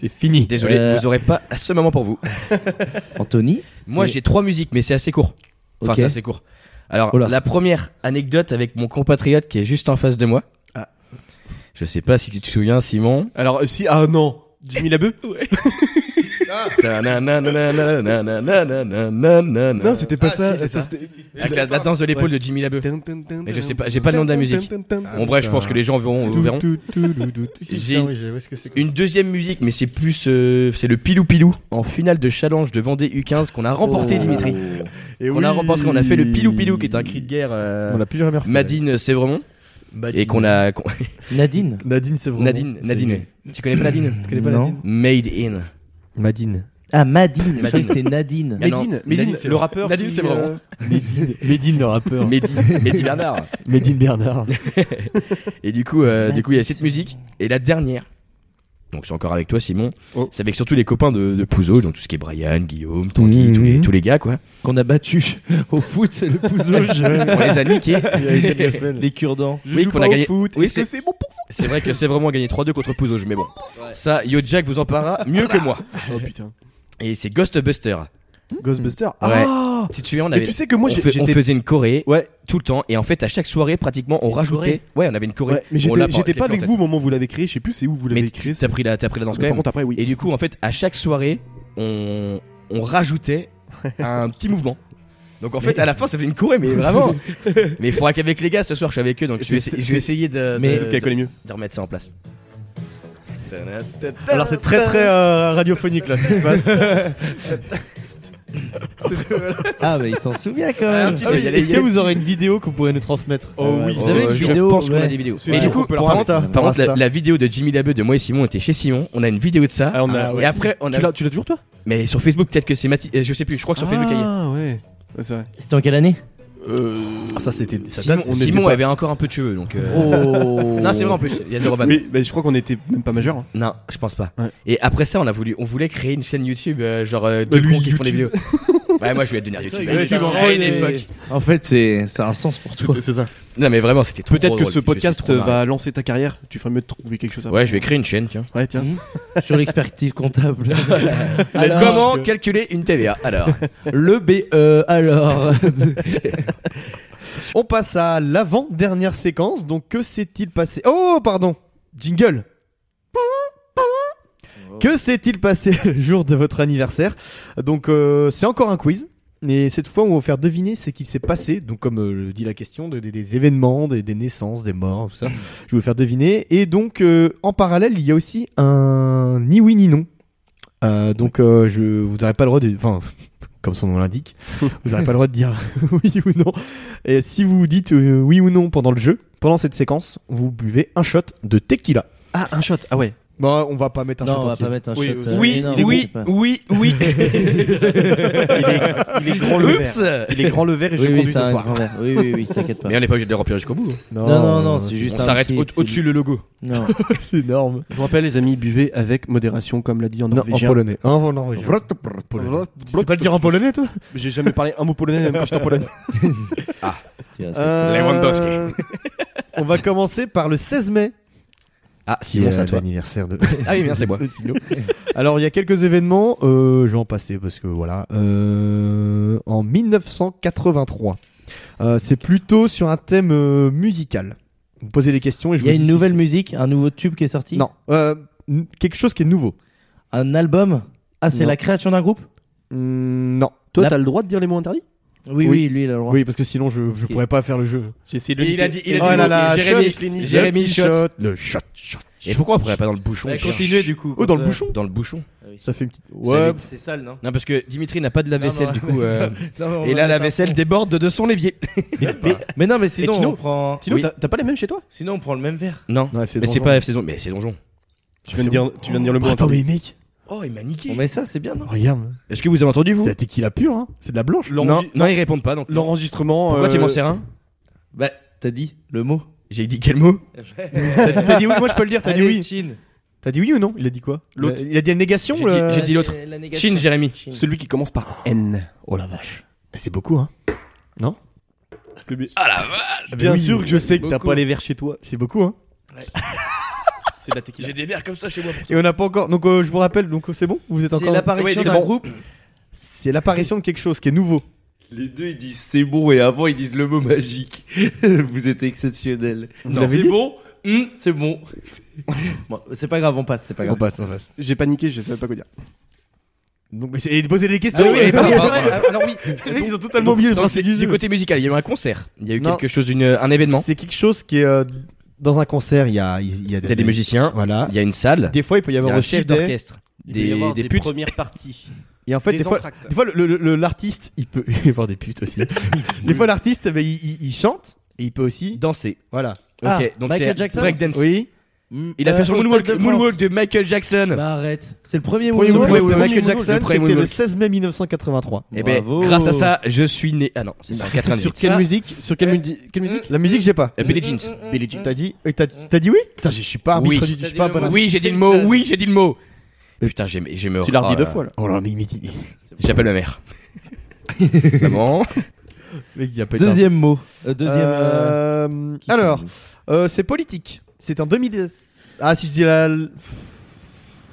C'est fini. Désolé, Euh, vous aurez pas ce moment pour vous. Anthony Moi, c'est- j'ai trois musiques, mais c'est assez court. Enfin, Ok. c'est assez court. Alors, Oh là. la première anecdote avec mon compatriote qui est juste en face de moi. Ah. Je sais pas si tu te souviens, Simon. Alors, euh, si. Ah non Jimmy Labeu Non, Non, c'était pas Ah, ça. si, c'est ça, ça. c'était- Avec la, la danse de l'épaule de Jimmy Labeu. Tin, tin, tin, Mais je sais tin, pas- j'ai pas le nom de la tin, musique. tin, tin, tin. Bon, bref, je pense que les gens verront. verront. J'ai- J'ai. ce que c'est que- Une deuxième musique, mais c'est plus. euh, c'est le Pilou Pilou en finale de challenge de Vendée U15 qu'on a remporté, Oh. Dimitri. Et On a oui. remporté, on a fait le Pilou Pilou qui est un cri de guerre. euh, On l'a plusieurs jamais refait. Madine Sévremont Madine. et qu'on a qu'on- Nadine Nadine, c'est vrai. Nadine Nadine tu connais pas Nadine Tu connais pas Non. Nadine Made in Madine. Ah, Madine. Je croyais Madine. que c'était Nadine. Mais non, Medine, Nadine, Medine, c'est le vrai. rappeur. Nadine, qui, c'est vrai. euh, Médine. Médine, le rappeur. Mehdi Mehdi Bernard Médine Bernard. et du coup euh, du coup il y a Madine, cette c'est musique et la dernière donc c'est encore avec toi Simon Oh. c'est avec surtout les copains de, de Pouzo donc tout ce qui est Brian Guillaume Tanguy Mmh. Mhm. tous, les, tous les gars quoi Qu'on a battu au foot, le pouzoge, on les a niqués Il y a quelques semaines. les cure-dents. Je Oui, joue qu'on pas a au gagné. foot. Oui, Est-ce que c'est- c'est bon pour c'est vrai que c'est vraiment gagné 3-2 contre Pouzoge mais bon ça Yo Jack vous en parlera mieux que moi Oh putain. et c'est Ghostbuster Ghostbuster Ouais. Ah si tu veux on Mais avait tu sais que moi, on j'ai- fait- on j'étais. faisait une Corée Ouais, tout le temps et en fait à chaque soirée pratiquement on rajoutait ouais on avait une Corée ouais, mais On l'a j'étais j'étais je l'ai pas plus en avec tête. vous au moment où vous l'avez créé. Je sais plus c'est où vous Mais l'avez tu- créé. t'as pris la, t'as pris la danse Mais quand par même. contre, après, oui. Et du coup, en fait, à chaque soirée, on, on rajoutait un petit mouvement. Donc en fait, à la fin, ça faisait une courée, mais vraiment. mais il faudra qu'avec les gars, ce soir, je suis avec eux, donc je vais, C'est- essa- je vais essayer de, Mais- de, Qu'elle connaît mieux. de remettre ça en place. Euh, Alors c'est très très euh, radiophonique là ce qui se passe. Ah, mais il s'en souvient quand Ah, un même. petit Ah peu, oui, c'est Est-ce les que gars. vous aurez une vidéo que vous pourrez nous transmettre Euh, Oh oui, vous Je avez une vidéo, pense qu'on a ouais. des vidéos. C'est Mais sûr. du coup, On peut par leur Pour contre, Insta. par Pour contre, la, Insta. la vidéo de Jimmy Labeu de moi et Simon était chez Simon. On a une vidéo de ça. Ah, on a- Ah, ouais. et après, on Tu a. l'as- tu l'as toujours toi Mais sur Facebook, peut-être que c'est Mathis. euh, Je sais plus. Je crois que sur Facebook, il y a- Ah ouais. Ouais, C'est vrai. C'était en quelle année Ah, ça c'était ça Simon, date, on était Simon pas- avait encore un peu de cheveux, donc. euh, Oh Non, c'est vrai en plus. Il y a zéro ban. Mais mais je crois qu'on était même pas majeur. Non, je pense pas. Ouais. Et après ça, on a voulu, on voulait créer une chaîne YouTube, euh, genre euh, deux lui, cons qui font des vidéos. YouTube. ouais, moi je voulais devenir YouTube. Ouais, YouTube, en Ouais, vrai, une mais- époque. En fait, c'est ça a un sens pour toi. ça. Non, mais vraiment, c'était trop Peut-être que drôle, ce je me suis podcast trop marré. va lancer ta carrière. Tu ferais mieux de trouver quelque chose. après. Ouais, je vais créer une chaîne, tiens. Ouais, tiens. Sur l'expertise comptable. Alors, Comment calculer une TVA Alors, Le BE, alors. On passe à l'avant-dernière séquence. Donc que s'est-il passé Oh pardon. Jingle. Que s'est-il passé le jour de votre anniversaire Donc euh, c'est encore un quiz. Et cette fois, on va vous faire deviner ce qu'il s'est passé. Donc comme euh, le dit la question, de- des, des événements, des, des naissances, des morts, tout ça. Je vais vous faire deviner. Et donc euh, en parallèle, il y a aussi un ni oui ni non. Euh, donc euh, je vous n'aurez pas le droit de... Enfin, comme son nom l'indique, vous n'aurez pas le droit de dire oui ou non. Et si vous dites euh, oui ou non pendant le jeu, pendant cette séquence, vous buvez un shot de tequila. Ah, un shot. Ah ouais. Bon, on va pas mettre un non, shot on va entier. pas mettre un Oui, shot. euh, oui, énorme, oui, t'inquiète pas. oui, oui, Il est grand le Oups verre. Il est grand le verre et je Oui, oui, conduis c'est ce un soir. grand verre. Oui, oui, oui, t'inquiète pas. Mais on n'est pas obligé de le remplir jusqu'au bout. Non, non, non, oh, c'est juste On un s'arrête petit- au- au-dessus le logo. Non. C'est énorme. Je vous rappelle, les amis, buvez avec modération, comme l'a dit en Non, en norvégien. polonais. Hein, en norvégien. Tu sais pas le dire en polonais, toi J'ai jamais parlé un mot polonais, même quand j'étais en Pologne. qui reste. Euh, Lewandowski. on va commencer par le 16 mai. Ah, Simon, c'est à toi. l'anniversaire de. Ah oui, bien, c'est moi. de Tino. Alors, il y a quelques événements. Euh, je vais en passer parce que voilà. Euh, en 1983. Euh, c'est plutôt sur un thème euh, musical. Vous posez des questions et je Il y a vous dis une si nouvelle c'est- musique, un nouveau tube qui est sorti Non. Euh, n- quelque chose qui est nouveau. Un album Ah, c'est Non. la création d'un groupe Mm, non. Toi, La- t'as le droit de dire les mots interdits Oui. oui, oui, lui, il a le droit. Oui, parce que sinon, je, je pourrais pas faire le jeu. J'ai essayé de Il a dit, il a dit, Oh le là mot, là, Jérémy, shot, le Jérémy petit Schott. Le shot, shot. Et pourquoi on pourrait pas dans le bouchon Bah, tiens continuez, du coup. Ah Oh, dans le bouchon Dans le bouchon. Ça fait une petite. Ouais. C'est sale, non Non, parce que Dimitri n'a pas de la vaisselle, Non, non, du coup. euh, Non, mais on Et en là, a la pas. vaisselle déborde de son lévier. Mais, mais non, mais sinon, Tino on prend... Sinon, Ah, Oui. t'as- t'as pas les mêmes chez toi sinon, on prend le même verre. Non, Non, FC mais c'est Donjon. pas FC Donjon. Mais c'est Donjon. tu viens, de dire, tu viens de dire le mot Attends, interdit. mais mec, Oh, il m'a On niqué. met ça, c'est bien, non regarde. Est-ce que vous avez entendu, C'est vous la tequila pure, hein. C'est de la blanche. non, non, ils répondent pas. Donc, L'enregistrement. pourquoi euh, tu m'en sers un Bah, t'as dit le mot. J'ai dit quel mot T'as t'as dit oui, moi je peux le dire, t'as dit Allez, oui. Chin. T'as dit oui ou non Il a dit quoi L'autre. Il a dit une négation euh, J'ai ou le- dit- j'ai dit l'autre. Euh, La- la négation. Chine, Jérémy. Chin. Celui qui commence par N. Oh la vache. C'est beaucoup, hein Ah la vache Bien oui, sûr que je sais que t'as beaucoup. pas les verres chez toi. C'est beaucoup, hein C'est la tequila. J'ai des verres comme ça chez moi pour Et on n'a pas encore. Donc euh, je vous rappelle, donc euh, c'est bon Vous êtes C'est encore. Oui, l'apparition c'est d'un bon. groupe. C'est l'apparition de quelque chose qui est nouveau. Les deux, ils disent c'est bon et avant, ils disent le mot magique. Vous êtes exceptionnel. l'avez C'est dit bon Hum, C'est bon. Bon, c'est pas grave, on passe, c'est pas On grave. passe, on passe. J'ai paniqué, je savais pas quoi dire. Donc, mais c'est- et de poser des questions. Ah oui, oui, pardon, c'est pardon. vrai. Alors oui, ils ont totalement oublié le Donc, principe c'est- du du jeu. côté musical, il y a eu un concert, il y a eu Non. quelque chose, une, un événement. C'est quelque chose qui est. euh, dans un concert, il y a, il y a Il y a des musiciens, Voilà. il y a une salle, Des fois, il peut y il y avoir a un aussi chef des. d'orchestre, des, des putes. premières parties. Et en fait, Des des fois, entr'actes. des fois, le- le- le- l'artiste, il peut il peut y avoir des putes aussi. des fois, l'artiste, ben, il, il- il chante et il peut aussi. Danser. Voilà. Ah, ok, donc Michael c'est Jackson breakdance. Oui. Hum. Euh, Il a fait son moonwalk moonwalk de, Michael Jackson. Bah arrête, c'est le premier Premier moonwalk. moonwalk moonwalk, de Michael le premier moonwalk, Jackson, le premier c'était le moonwalk. 16 mai 1983. et ben, Bravo. grâce à ça, je suis né. Ah non, c'est pas en 90. Sur quelle Ah. musique Sur quelle, mudi- quelle musique La musique, j'ai pas. Euh, Billie Jeans. Billie Jean. T'as dit, euh, t'as, t'as dit oui Putain, je suis pas arbitre Oui. du- je T'as suis dit pas le bon mot. arbitre. Oui, j'ai dit le mot. Oui, j'ai dit le mot. Putain, j'ai j'ai me. Tu l'as redit oh deux là. fois là. Oh là, mais il dit. J'appelle ma mère. Maman. Mec, il a pété un- Deuxième mot. Euh, deuxième. euh, Euh, qui alors, sont- euh, c'est politique. C'est en 2000. Ah, si je dis la.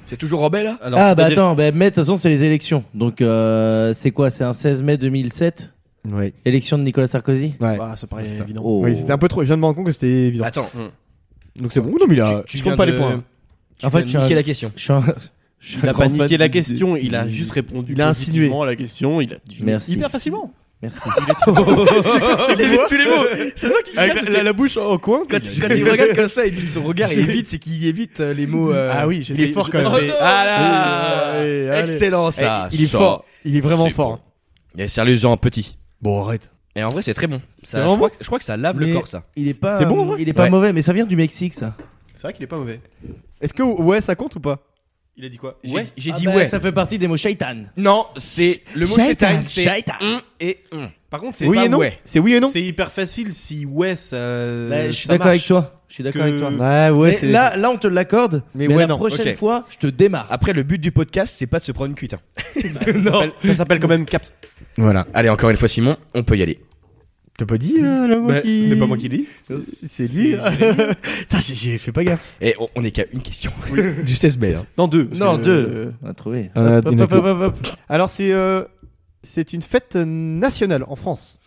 C'est toujours Robert là ah bah attends, bah, mais de toute façon c'est les élections. Donc euh, c'est quoi C'est un 16 mai 2007, Ouais. élection de Nicolas Sarkozy. Ouais. Ah, ça paraît C'est ça. évident. Oh. Oui, c'était un peu trop. Je viens de me rendre compte que c'était évident. Attends. Donc c'est bon. Non, mais il a. tu je viens compte pas de- les points. En En fait, fait, je suis un- niquer la question. Je suis un- je suis un Il a grand pas fan niqué la de- question, il a juste répondu Il a insinué. positivement à la question, il a dit Merci. hyper facilement. Merci. Il évite tous les mots. C'est moi qui cherche. bouche au coin. Quand, quand il regarde comme ça, il son regard, il évite, c'est qu'il évite euh, les mots. euh, Ah oui, il est j'essaie- fort je- quand même. je vais- Ah là Oui, oui, allez. Excellent ça. Eh, il est ça. fort. Il est vraiment C'est fort. Et sérieusement, petit. Bon, arrête. Et en vrai, c'est très bon. C'est Ça, vraiment je, crois que, je crois que ça lave Mais- le corps, ça. Il est pas. C'est bon, en euh, vrai Il est pas Ouais. mauvais, mais ça vient du Mexique ça. C'est vrai qu'il est pas mauvais. Est-ce que ouais, ça compte ou pas Il a dit quoi J'ai Ouais. dit- J'ai Ah dit bah, ouais. Ça fait partie des mots shaitan. Non, c'est le mot Shaitan, shaitan, c'est Hum. shaitan. un et un. Par contre, c'est Oui pas et non. ouais. C'est oui et non. C'est hyper facile si ouais ça. Là, Bah, je suis ça d'accord marche. avec toi. Je suis Parce d'accord avec que- toi. Ouais, ouais. Mais c'est- là, là, on te l'accorde. Mais Mais, ouais, la non, prochaine ok. fois, je te démarre. Après, le but du podcast, c'est pas de se prendre une cuite. hein. non. Ça s'appelle quand même Caps. Voilà. Allez, encore une fois, Simon, on peut y aller. T'as pas dit euh, le mot Bah, qui- C'est pas moi qui l'ai. C'est dit. Putain, j'ai- j'ai fait pas gaffe. Et on, on est qu'à une question du 16 mai. hein. Non, deux. parce Non, que- deux. On a trouvé. Euh, Hop, hop, il y en a hop, que- hop, hop, hop. Alors c'est euh, c'est une fête nationale en France.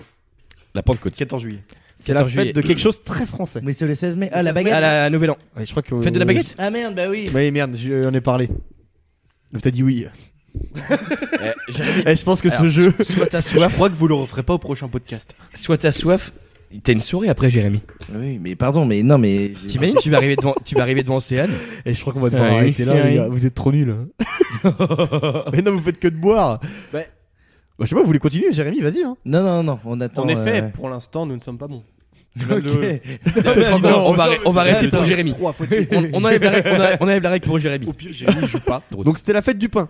La Pentecôte. 14 juillet. C'est la 14 fête juillet. de quelque chose très français. Mais c'est le 16 mai. Ah, Le la 16 mai, baguette. À la Nouvelle An. Ouais, je crois que Fête de la baguette Ah merde, bah oui. Oui, merde, j'en ai parlé. Donc T'as dit oui. Eh, Jérémy, Et je pense que ce alors, jeu. so- Soit t'as Je soif, crois que vous le referez pas au prochain podcast. soit t'as soif. T'as une souris après, Jérémy. Oui, mais pardon, mais non, mais. j'ai- T'imagines, tu vas arriver devant, tu vas arriver devant Océane. Et je crois qu'on va devoir Ah oui. arrêter là, Ah les oui. gars. Vous êtes trop nuls. hein. Mais non, vous faites que de boire. Bah. Bah, je sais pas, vous voulez continuer, Jérémy, vas-y. Hein. Non, non, non, on attend. En effet, euh, pour l'instant, nous ne sommes pas bons. ok. on, va- on va, arrêter- on va arrêter pour Jérémy. Trois fois de suite. On, on enlève la règle, on enlève- on enlève la règle pour Jérémy. Au pire, Jérémy joue pas. Donc c'était la fête du pain.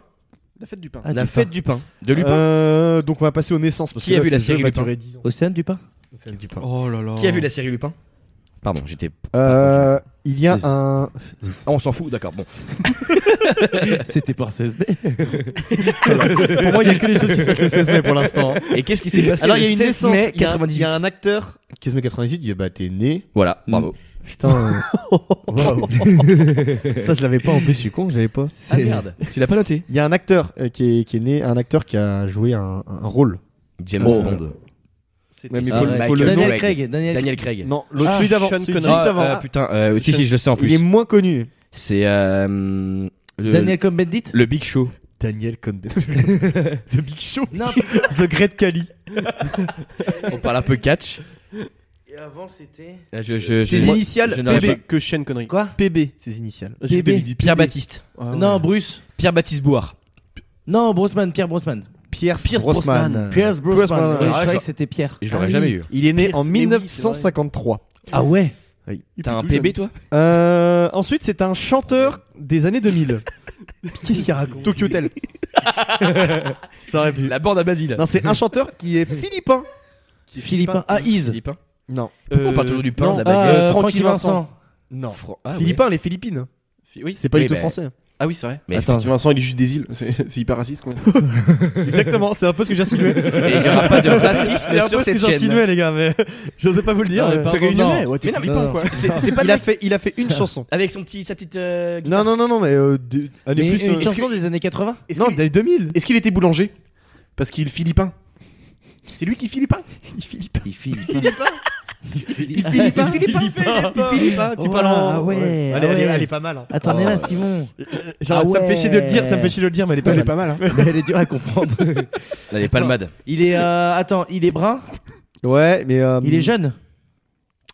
La fête du pain. Ah, la du fête pain. du pain. De Lupin. Euh, donc on va passer aux naissances. Parce Qui que a là, vu la ce jeu série va Lupin durer 10 ans. Océane du pain La série du pain. Oh là là. Qui a vu la série Lupin Pardon, j'étais. Euh, il y a un. Ah, on s'en fout, d'accord. Bon. C'était pour 16 mai. Pour moi, il y a que les choses qui se passent le 16 mai pour l'instant. hein. Et qu'est-ce qui s'est passé Alors, il y a le une 16 naissance. mai il y a un- 98 Il y a un acteur. 15 mai 98, il dit Bah, t'es né. Voilà, bravo. Putain. Waouh. Ça, je l'avais pas en plus, je suis con, je l'avais pas. Ah, merde. Tu l'as pas noté Il y a un acteur euh, qui est, qui est né, un acteur qui a joué un, un rôle. James Oh. Bond. Ouais, mais Ah, faut le- ouais. faut le- Daniel Daniel Craig. Craig. Daniel Craig. Daniel Craig. Non, l'autre, Ah, celui d'avant. Sean celui Connery. Juste Ah, avant. euh, putain, euh, si, si, je le sais en il est plus. moins connu. C'est. euh, hum, le, Daniel Cohn-Bendit le Big Show. Daniel Conde. The Big Show. The Great Kali. On parle un peu catch. Et avant, c'était. Euh, Je, je, Ses je- moi- initiales, je n'aurais PB. pas. que Shane Connery. Quoi PB, ses initiales. PB. Pierre Baptiste. Non, Bruce. Pierre Baptiste Bouard. Non, Brosman, Pierre Brosman. Pierce, Pierce Brosnan. Pierce Brosman. Brosnan. Ouais, je Ah, croyais je- que c'était Pierre. Et je l'aurais Ah jamais oui. eu. Il est né Pierce, en mais oui, c'est vrai. 1953. Ah ouais T'as un PB toi Euh, ensuite, c'est un chanteur des années 2000. Qu'est-ce qu'il raconte Tokyo Hotel. Ça aurait pu. La bande à Basile. Non, c'est un chanteur qui est philippin. Philippin. Ah, Is. Philippin. Non. Pourquoi on parle toujours du pain, non, de la Ah, baguette euh, Francky Francky Vincent. Non. Fro- ah, ouais. philippin, les Philippines. Oui, C'est pas Oui, du tout bah. français. Ah oui, c'est vrai. Mais Attends, Vincent, il est juste des îles. C'est c'est hyper raciste, quoi. Exactement, c'est un peu ce que j'insinuais. Et il n'y aura pas de C'est racisme un peu sur ce que cette chaîne. j'insinuais, les gars, mais j'osais pas vous le dire. Ah, mais pardon, non. ouais, t'es mais non, flippant, non. quoi. C'est c'est pas il, le a mec fait, il a fait une Ça- chanson. avec son petit, sa petite. euh, Non, non, non, non, mais. Euh, des- années Mais plus, euh, une est-ce que- chanson des années 80 Est-ce Non, qu'il- des années 2000. est-ce qu'il était boulanger Parce qu'il est philippin. C'est lui qui est philippin Il philippin. Il Il philippin. Il philippin. Il philippin. Tu parles en- Ah ouais, Allez, ah elle est- ouais. elle est pas mal. hein. Attendez là, Simon. Genre, ça Ah me fait ouais. chier de le dire, ça me fait chier de le dire, mais elle est pas Elle est mal. pas mal, hein. Mais Elle est dure à comprendre. Là, les palmades. Il est. euh, attends, il est brun Ouais, mais euh, Il est jeune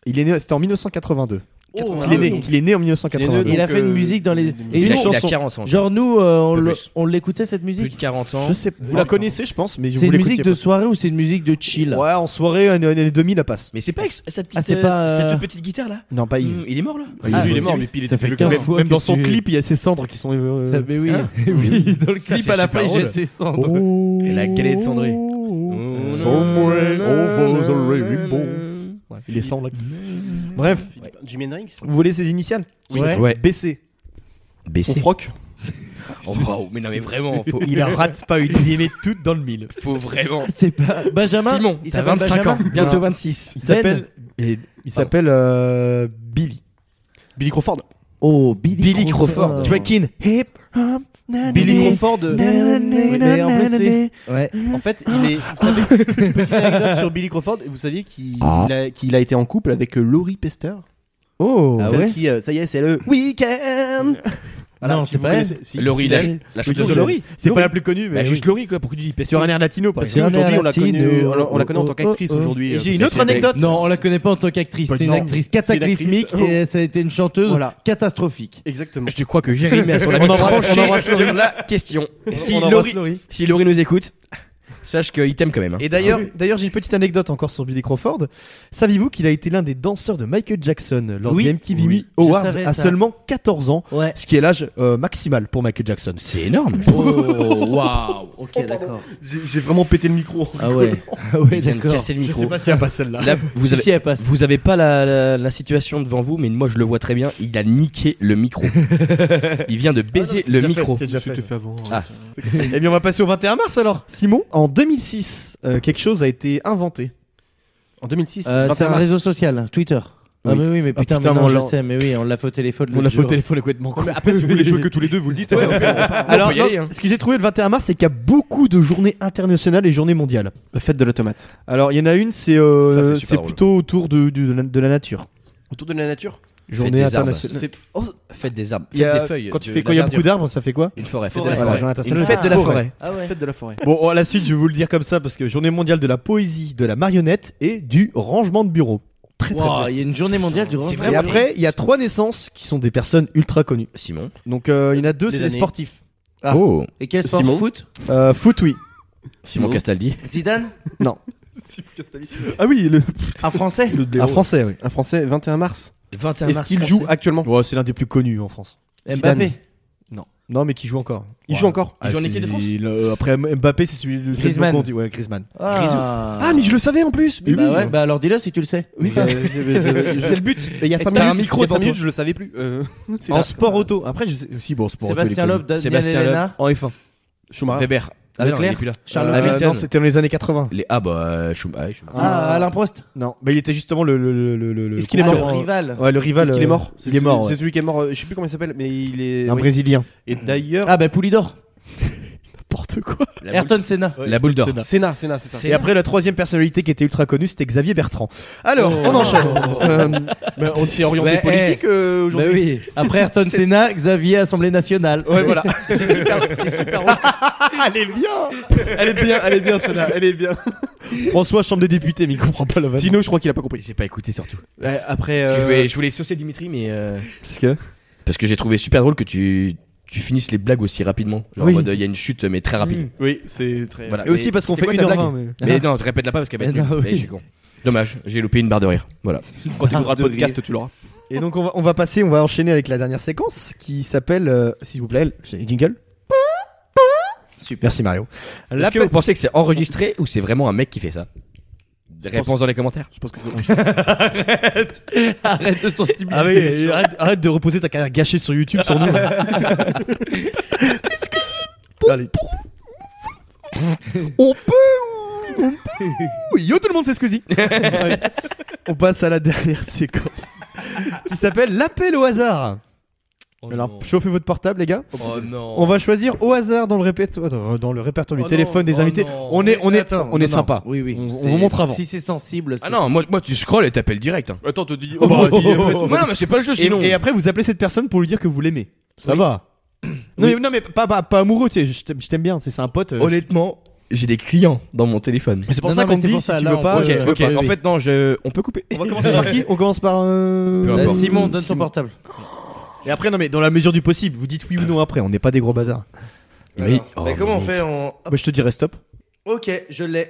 Il est né, c'était en 1982. Oh, il, est né, ah oui. il est né en Il est 1982. né, Il a Donc, fait une euh, musique dans les. il Et Il une a, il a chanson. 40 ans. Genre nous, euh, on Peu le- plus. on l'écoutait cette plus de musique 40 ans. Je sais pas. Vous la connaissez, je pense, mais je C'est vous une l'écoutiez musique de soirée ou c'est une musique de pas. chill Ouais, en soirée, années années 2000, la passe. Mais c'est pas avec sa petite, Ah, c'est euh, pas, euh, cette petite guitare là Non, pas Easy. Mmh, Il est mort là Ah, lui, il est c'est mort, lui. mais puis Mm, il Ça était fait philippin. 15 fois Même que dans son tu- clip, il y a ses cendres qui sont. euh, Ça- mais oui, Hein oui, dans le Ça, clip c'est à la fin, super il drôle. jette ses cendres. Oh. Et la galette cendrée. Somewhere over the rainbow. Ouais, il est cendres. là. Bref, Philippin. Jimi Hendrix vous voulez ses initiales Ouais. BC. BC. froc. Oh, waouh, mais non, mais vraiment, faut, Il la rate pas une. Il met toutes dans le mille. faut vraiment. C'est pas Benjamin. Simon, il t'as s'appelle 25 Benjamin ans, bientôt 26. Il Ben. s'appelle. et- Il s'appelle euh, Billy. Billy Crawford. Oh, Billy, Billy Crawford. Tu vois, Kin. Hip. hop, na, Billy na, na. Crawford. euh, Ouais, mais en fait, c'est- ouais. En fait, il est. Vous savez, petite anecdote sur Billy Crawford. Vous saviez qu'il il a, qu'il a été en couple avec euh, Laurie Pester. Oh. Ah Celle ouais qui, euh, ça y est, c'est le week-end. Voilà, Non, si c'est vous pas elle. connaissez- si- Laurie, si- la, si- la Oui, chanteuse de c'est- Laurie. C'est pas la plus connue, mais. Bah, oui. juste Laurie, quoi. Pourquoi tu dis peste Sur un air latino, par Parce exemple. qu'aujourd'hui, on la Latine, connue- euh, on la- on la oh, connaît en oh, tant qu'actrice oh, oh. aujourd'hui. Et euh, j'ai une parce autre qu'elle est- anecdote. Non, on la connaît pas en tant qu'actrice. Bah, C'est une non. actrice C'est une actrice. cataclysmique et ça a été une chanteuse Voilà. catastrophique. Exactement. Je te crois que Jérémy a son avis On embrasse- on embrasse tranché Laurie. sur la question. Et si on embrasse Laurie, Laurie. si Laurie nous écoute, sache qu'il t'aime quand même. hein. Et d'ailleurs, d'ailleurs, j'ai une petite anecdote encore sur Billy Crawford. Saviez-vous qu'il a été l'un des danseurs de Michael Jackson lors Oui. des MTV Oui. Je Awards savais à ça. seulement 14 ans, Ouais. ce qui est l'âge euh, maximal pour Michael Jackson. C'est énorme. Oh, waouh. Ok, d'accord. J'ai j'ai vraiment pété le micro. Ah ouais. Ah ouais, Il vient de d'accord. casser le micro. si elle pas celle-là. Là, vous avez, Si elle passe. vous avez pas la, la- la situation devant vous, mais moi je le vois très bien. Il a niqué le micro. Il vient de baiser Ah c'est le déjà fait, micro. c'est déjà Je fait. te fais avant. hein. Ah. Eh bien, on va passer au 21 mars alors. Simon, en 2006, euh, quelque chose a été inventé. En 2006, Euh, 21 c'est un mars. réseau social, Twitter. Ah Oui. mais oui, mais Ah, putain, putain, mais non, mon je genre. sais, mais oui, on l'a fait au téléphone. On l'autre l'a fait au jour. téléphone complètement con. Après, si vous voulez jouer que tous les deux, vous le dites. Alors, peut y non, aller, hein. ce que j'ai trouvé le 21 mars, c'est qu'il y a beaucoup de journées internationales et journées mondiales. La fête de la tomate. Alors, il y en a une, c'est euh, Ça, c'est super c'est drôle. plutôt autour de, du- de la, de la nature. Autour de la nature. Journée des arbres. internationale. C'est oh, Faites des arbres, Il y faites a- des feuilles. quand tu de fais la quand il y a verdure. beaucoup d'arbres, ça fait quoi Une forêt. Forêt. c'est de la Voilà, forêt. journée internationale. Une fête de la Forêt. forêt. Ah ouais. fête de la forêt. Bon, à la suite, je vais vous le dire comme ça parce que journée mondiale de la poésie, de la marionnette et du rangement de bureau. Très très Wow, bien. il y a une journée mondiale du C'est rangement. vraiment- Et après, il y a trois naissances qui sont des personnes ultra connues. Simon. Donc euh, il y en a deux, Des c'est des années. sportifs. Ah. Oh. Et quel sport Simon. foot Euh, foot, oui. Simon Castaldi. Zidane Ah oui, le, Un français Un français, oui. un français, 21 mars. 21 Est-ce qu'il joue actuellement Ouais, c'est l'un des plus connus en France. Zidane. Mbappé Non. Non, mais qui joue encore. Ah, Il joue encore Il joue en équipe de France c'est le- euh, Après M- Mbappé, c'est celui de Griezmann. Ouais, Griezmann. Ah, Ah, mais je le savais en plus Mais bah, oui. ouais, bah alors dis-le si tu le sais. Euh, je- je- C'est le but Il y a 5 t'as minutes, un micro il y a cinq devant minutes, je le savais plus. Euh, c'est En la- sport auto. Après, je sais. Si, bon, sport auto. Sébastien les Loeb, Daniel Sébastien Loeb. Elena, connus. En F1. Schumacher. Weber. Ah, non, il est Leclerc, plus là. Euh, Charles Hamilton. non, c'était dans les années 80. Les... Ah, bah, euh, Schum- ah, oui, Schum- Ah, Alain Prost. Non, mais Bah, il était justement le. le, le, le- le- le Est-ce qu'il est Ah, le mort, concurrent. rival. Ouais, le rival. Est-ce qu'il est euh, mort C'est Il est celui- mort. C'est ouais. celui qui est mort, euh, je sais plus comment il s'appelle, mais il est. Un oui. Brésilien. Et d'ailleurs. Ah, bah Poulidor. N'importe quoi. La boule- Ayrton Senna. La boule d'or. Senna. Sénat, Sénat, Ah, c'est ça. Et après, la troisième personnalité qui était ultra connue, c'était Xavier Bertrand. Alors, on enchaîne. Euh, Oh. Mais on s'est orienté Bah, politique euh, Bah aujourd'hui. oui. Après Ayrton Senna, Xavier, Assemblée Nationale. Ouais, voilà. C'est super, c'est super drôle. Elle est bien elle est bien, elle est bien, Sénat, elle est bien. François, chambre des députés, mais il comprend pas la vanne. Tino, je crois qu'il a pas compris. J'ai pas écouté surtout. Ouais, après. Parce que je euh, voulais, je voulais saucer Dimitri, mais. euh, Parce que- Parce que j'ai trouvé super drôle que tu, tu finisses les blagues aussi rapidement. Genre Oui. en mode, il y a une chute, mais très rapide. Oui, c'est très. Voilà. Et aussi parce qu'on C'était fait quoi une ta heure blague 20, mais- Mais non, répète-la pas parce qu'elle va être Mais nulle. non, oui. Mais je suis con. Dommage, j'ai loupé une barre de rire. Voilà. Quand tu Barre le de podcast, tu l'auras. Et donc on va, on va passer, on va enchaîner avec la dernière séquence qui s'appelle, euh, s'il vous plaît, le jingle. Super. Merci Mario. La Est-ce que vous pensez que c'est enregistré ou c'est vraiment un mec qui fait ça Réponse dans les commentaires. Je pense que c'est. Arrête de s'en stimuler. Ah oui, euh, arrête, arrête de reposer ta carrière gâchée sur YouTube sur nous. Allez. On peut ou- on peut ou- Yo tout le monde c'est Squeezie Ouais. On passe à la dernière séquence qui s'appelle l'appel au hasard. Alors chauffez votre portable les gars. Oh non. On va choisir au hasard dans le, répertoire dans le répertoire du Oh téléphone des Oh invités. non. On est, on est, Attends, on non, est non. sympa. Oui, oui. On- on C'est- vous montre avant. Si c'est sensible, c'est Ah non, moi, moi tu scrolls et t'appelles direct. hein. Attends, te dis. Oh, bah, vas-y, oh, après, oh, Ouais, non, mais c'est pas le jeu Et, sinon. et après, vous appelez cette personne pour lui dire que vous l'aimez. Ça Oui. va. Non, mais, non, mais pas, pas, pas amoureux, tu sais, je t'aime- je t'aime bien, tu sais, c'est un pote. euh, Honnêtement, j'ai des clients dans mon téléphone. je- C'est pour Non, ça non, qu'on mais c'est dit pour si ça, tu là, veux on pas. ok, euh, ok. oui, oui, en oui. fait, non, je... on peut couper. On commence par qui On commence par. euh, Peu Euh, importe. Simon, donne ton portable. Et après, non, mais dans la mesure du possible, vous dites oui ou non après, on n'est pas des gros bazars. Mais- Alors, oh, mais comment on mais- fait on... Bah, je te dirais stop, Ok, je l'ai.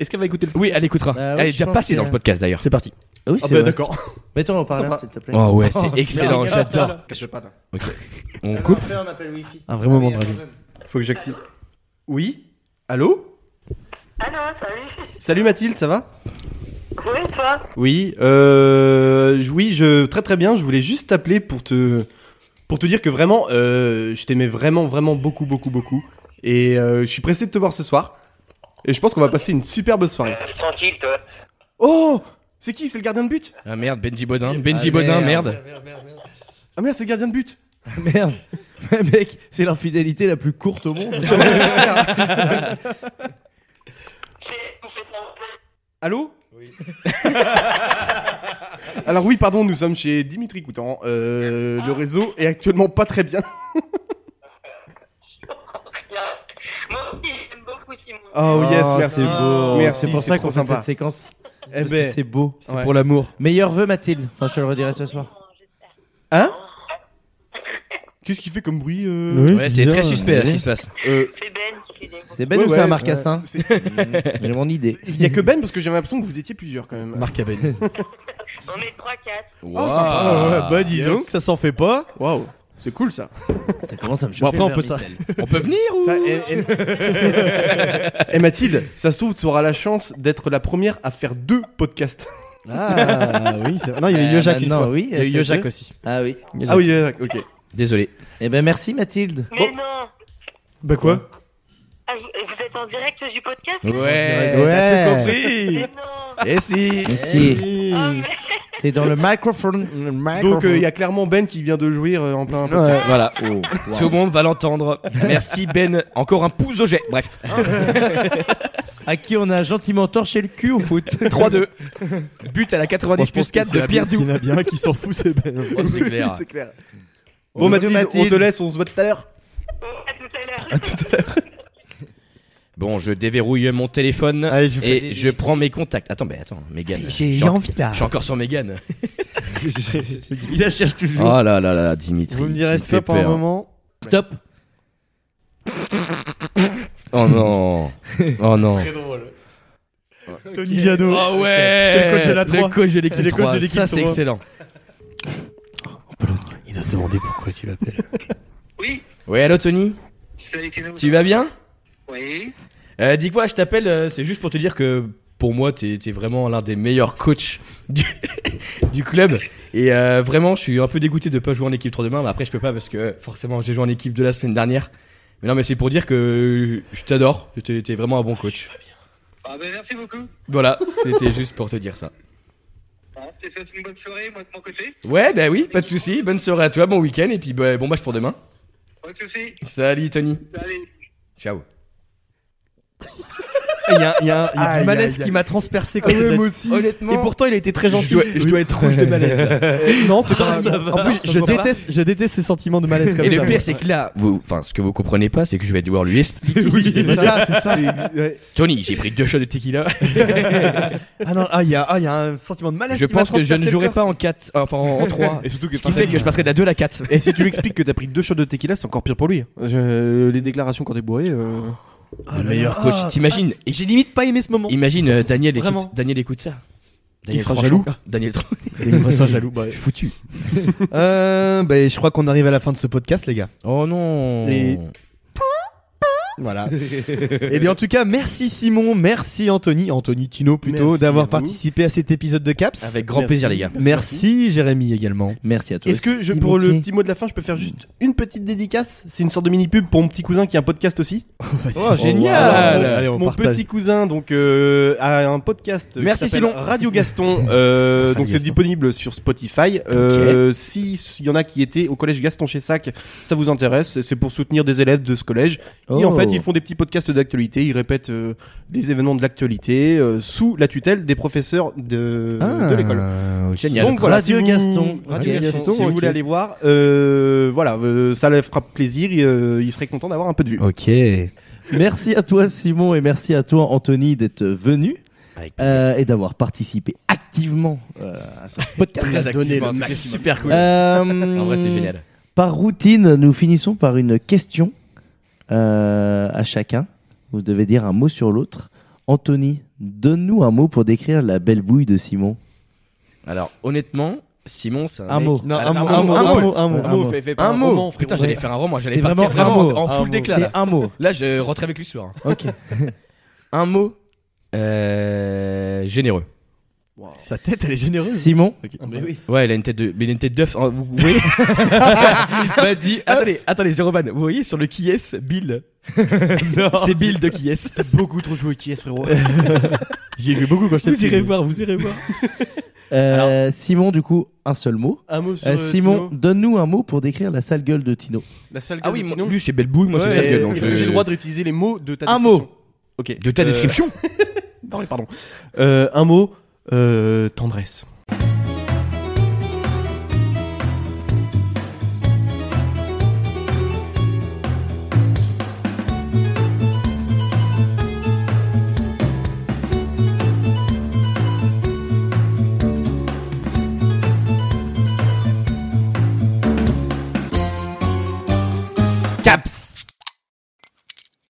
Est-ce qu'elle va écouter le. Oui, elle écoutera. Bah ouais, elle est je déjà pense passée que- dans le podcast d'ailleurs. c'est parti. Ah oui, Ah, c'est bah vrai. d'accord. Mets-toi en parler, va. s'il te plaît. Oh ouais, c'est excellent, j'adore. Ah, Cache pas là. On coupe. Après, on appelle Wi-Fi. Un vrai moment de Ah, radio. Faut que j'active. Oui Allô Allô, salut. Salut Mathilde, ça va Oui, toi Oui, euh, je- oui, je très très bien. Je voulais juste t'appeler pour te pour te dire que vraiment, euh, je t'aimais vraiment vraiment beaucoup beaucoup beaucoup, et euh, je suis pressé de te voir ce soir. Et je pense qu'on va passer une superbe soirée. Je suis tranquille, toi. Oh, c'est qui C'est le gardien de but Ah merde, Benji Bodin. Benji Ah, Bodin, merde. merde. Ah merde, c'est le gardien de but. Merde. Mais Mec, c'est l'infidélité la plus courte au monde. C'est... Vous faites la... Allô Oui. Alors oui, pardon, nous sommes chez Dimitri Coutan. Euh, le réseau est actuellement pas très bien. Moi aussi, j'aime beaucoup Simon. Ah, Oh yes, merci. C'est beau. Merci, C'est pour ça c'est qu'on trop fait sympa. cette séquence. Eh Parce ben, que c'est beau. C'est Ouais. pour l'amour. Meilleur vœu, Mathilde. Enfin, je te le redirai ce soir. J'espère. hein Qu'est-ce qu'il fait comme bruit euh Ouais, c'est très suspect là, ce qui se passe. Euh, C'est Ben qui fait des mots. C'est Ben Ouais, ou c'est ouais, un marcassin euh, c'est- J'ai mon idée. Il y a que Ben parce que j'avais l'impression que vous étiez plusieurs quand même. Marc Aben. On est 3-4. Waouh. Ah, ouais, bah, dis yes. donc, ça s'en fait pas. Waouh, c'est cool ça. Ça commence à me Bon, chauffer. après, on peut ça. On peut venir ou Ça, et, et- Et Eh, Mathilde, ça se trouve, tu auras la chance d'être la première à faire deux podcasts. Ah, oui, c'est Non, il y a eu Euh, Yojak une maintenant, fois. oui, il y a eu elle fait Yojak deux. aussi. Ah oui. Ah oui, euh, ok. Désolé. Eh ben, merci, Mathilde. Mais non Bah quoi Ah, vous, vous êtes en direct du podcast là Ouais, Ouais. t'as tout compris. Mais non Ah Et si Merci. Oh, mais... T'es dans le microphone. Donc euh, il y a clairement Ben qui vient de jouir euh, en plein podcast. Voilà. Tout le monde va l'entendre. Merci Ben. Encore un pouce au jet. Bref, À qui on a gentiment torché le cul au foot. 3-2. But à la 90 plus 4 de Pierre Dou. Il y en a bien qui s'en fout, c'est Ben. Oh, c'est clair. c'est clair. Bon Mathilde, Mathilde. on te laisse, on se voit tout à l'heure. Bon, à tout à l'heure. Ah, Bon, je déverrouille mon téléphone Allez, je vous fais- et je prends mes contacts. Attends, mais attends, Mégane. J'ai Je j'ai suis en- envie là. je suis encore sur Mégane. Il la cherche toujours. Oh là là là, Dimitri. Vous me direz tu fais stop à un hein. peur. moment. Ah, Stop. Oh non. Oh non. Tony Viano. Ah ouais C'est le coach de la Le trois. coach de C'est l'équipe le coach de 3. l'équipe Ça, c'est trois. excellent. Il doit se demander pourquoi tu l'appelles. Oui Ouais, allô Tony Salut Tino. Tu vas bien Oui. Euh, dis quoi, je t'appelle, euh, c'est juste pour te dire que pour moi, t'es es vraiment l'un des meilleurs coachs du, du club. Et euh, vraiment, je suis un peu dégoûté de pas jouer en équipe 3 demain. Mais après, je peux pas parce que euh, forcément, j'ai joué en équipe de la semaine dernière. Mais non, mais c'est pour dire que je t'adore, que t'es t'es vraiment un bon coach. Ah ben merci beaucoup. Voilà, c'était juste pour te dire ça. Ah, je te souhaite une bonne soirée, moi de mon côté. Ouais, bah oui, pas de souci. Bonne soirée à toi, bon week-end et puis bah, bon match pour demain. Pas de soucis. Salut Tony. Allez. Ciao. Il y a, il y a un- il y a Aïe, du malaise aïe, aïe. qui m'a transpercé quand Ah ouais, même moi aussi. Et pourtant, il a été très gentil. Je dois, je dois être rouge de malaise là. Ah, Euh, non, t'es pas. ça va. en plus, Ça je va pas. déteste, je déteste ces sentiments de malaise comme Et ça. le pire, c'est que là, vous, enfin, ce que vous comprenez pas, c'est que je vais devoir lui expliquer. oui, c'est ça, c'est ça. Tony, j'ai pris deux shots de tequila. Ah non, ah, il y, a- ah, il y a un sentiment de malaise. je qui m'a pense que je ne transpercé le jouerai cœur. pas en 4, enfin en 3. Et surtout que ce qui fait que je passerai de la 2 à la 4. Et si tu lui expliques que t'as pris deux shots de tequila, c'est encore pire pour lui. Euh, les déclarations quand t'es bourré. euh, Le meilleur coach, Ah, t'imagines et- J'ai limite pas aimé ce moment. Imagine euh, Daniel écoute, Vraiment. Daniel écoute ça. Daniel sera Tranchant. jaloux. Daniel Tran- Il me jaloux. Bah, foutu. euh, bah, je crois qu'on arrive à la fin de ce podcast, les gars. Oh non. Et- Voilà. Et bien, en tout cas, merci Simon, merci Anthony, Anthony Tino plutôt, Merci à d'avoir vous. participé à cet épisode de Caps. Avec grand plaisir les gars. Merci Jérémy également. Merci à toi. Est-ce que je, pour le petit mot de la fin, je peux faire juste une petite dédicace C'est une sorte de mini pub pour mon petit cousin qui a un podcast aussi. Oh, génial. Alors, Bah, Allez, on mon partage. petit cousin donc euh, a un podcast euh, Merci, qui s'appelle Silon. Radio Gaston. Euh, Radio donc c'est Gaston. disponible sur Spotify. Euh, Si s- il y en a qui étaient au collège Gaston Chessac, ça vous intéresse C'est pour soutenir des élèves de ce collège. Et Oh. en fait, ils font des petits podcasts d'actualité. Ils répètent euh, des événements de l'actualité euh, sous la tutelle des professeurs de, de l'école. Ah, ok. Génial. Donc voilà, Radio si vous- Gaston. Radio Radio Gaston, Gaston, si vous ok. voulez aller voir, euh, voilà, euh, ça leur fera plaisir. et, euh, ils seraient contents d'avoir un peu de vue. Ok. Merci à toi Simon et merci à toi Anthony d'être venu Avec plaisir. euh, et d'avoir participé activement euh, à ce podcast. Donné le Très hein. activement, c'était maximum. super cool. Euh, En vrai, c'est génial. Par routine, nous finissons par une question euh, à chacun. Vous devez dire un mot sur l'autre. Anthony, donne-nous un mot pour décrire la belle bouille de Simon. Alors honnêtement, Simon, c'est un, Un mec- mot. Ah, Non, Alors, un mot, un mot, un mot. un mot. Un mot. Un mot. Putain, frérot. j'allais faire un roman, j'allais C'est partir vraiment un vraiment, mot. en Un full mot. déclat. là. C'est un mot. Là, je rentre avec lui ce soir. Ok. Un mot euh, généreux. Sa tête, elle est généreuse. Simon. Ouais, il a une tête de, mais il a une tête d'œuf. hein, Vous voyez Bah, dis- Attendez, attendez, Zéroban, vous voyez sur le qui est Bill C'est Bill de qui est Beaucoup trop joué qui est frérot. Euh, J'y ai vu beaucoup quand je Vous irez voir, vous irez voir. Euh, Simon, du coup, un seul mot. Un mot sur Euh, euh, Simon, Tino. donne-nous un mot pour décrire la sale gueule de Tino. La salle Ah oui, de moi- Tino. lui c'est belle bouille, moi Ouais, c'est sale gueule. donc, Est-ce que euh, j'ai le droit d'utiliser les mots de ta un description mot Ok. de ta Euh, description non, mais pardon. Euh, un mot. euh, tendresse. Caps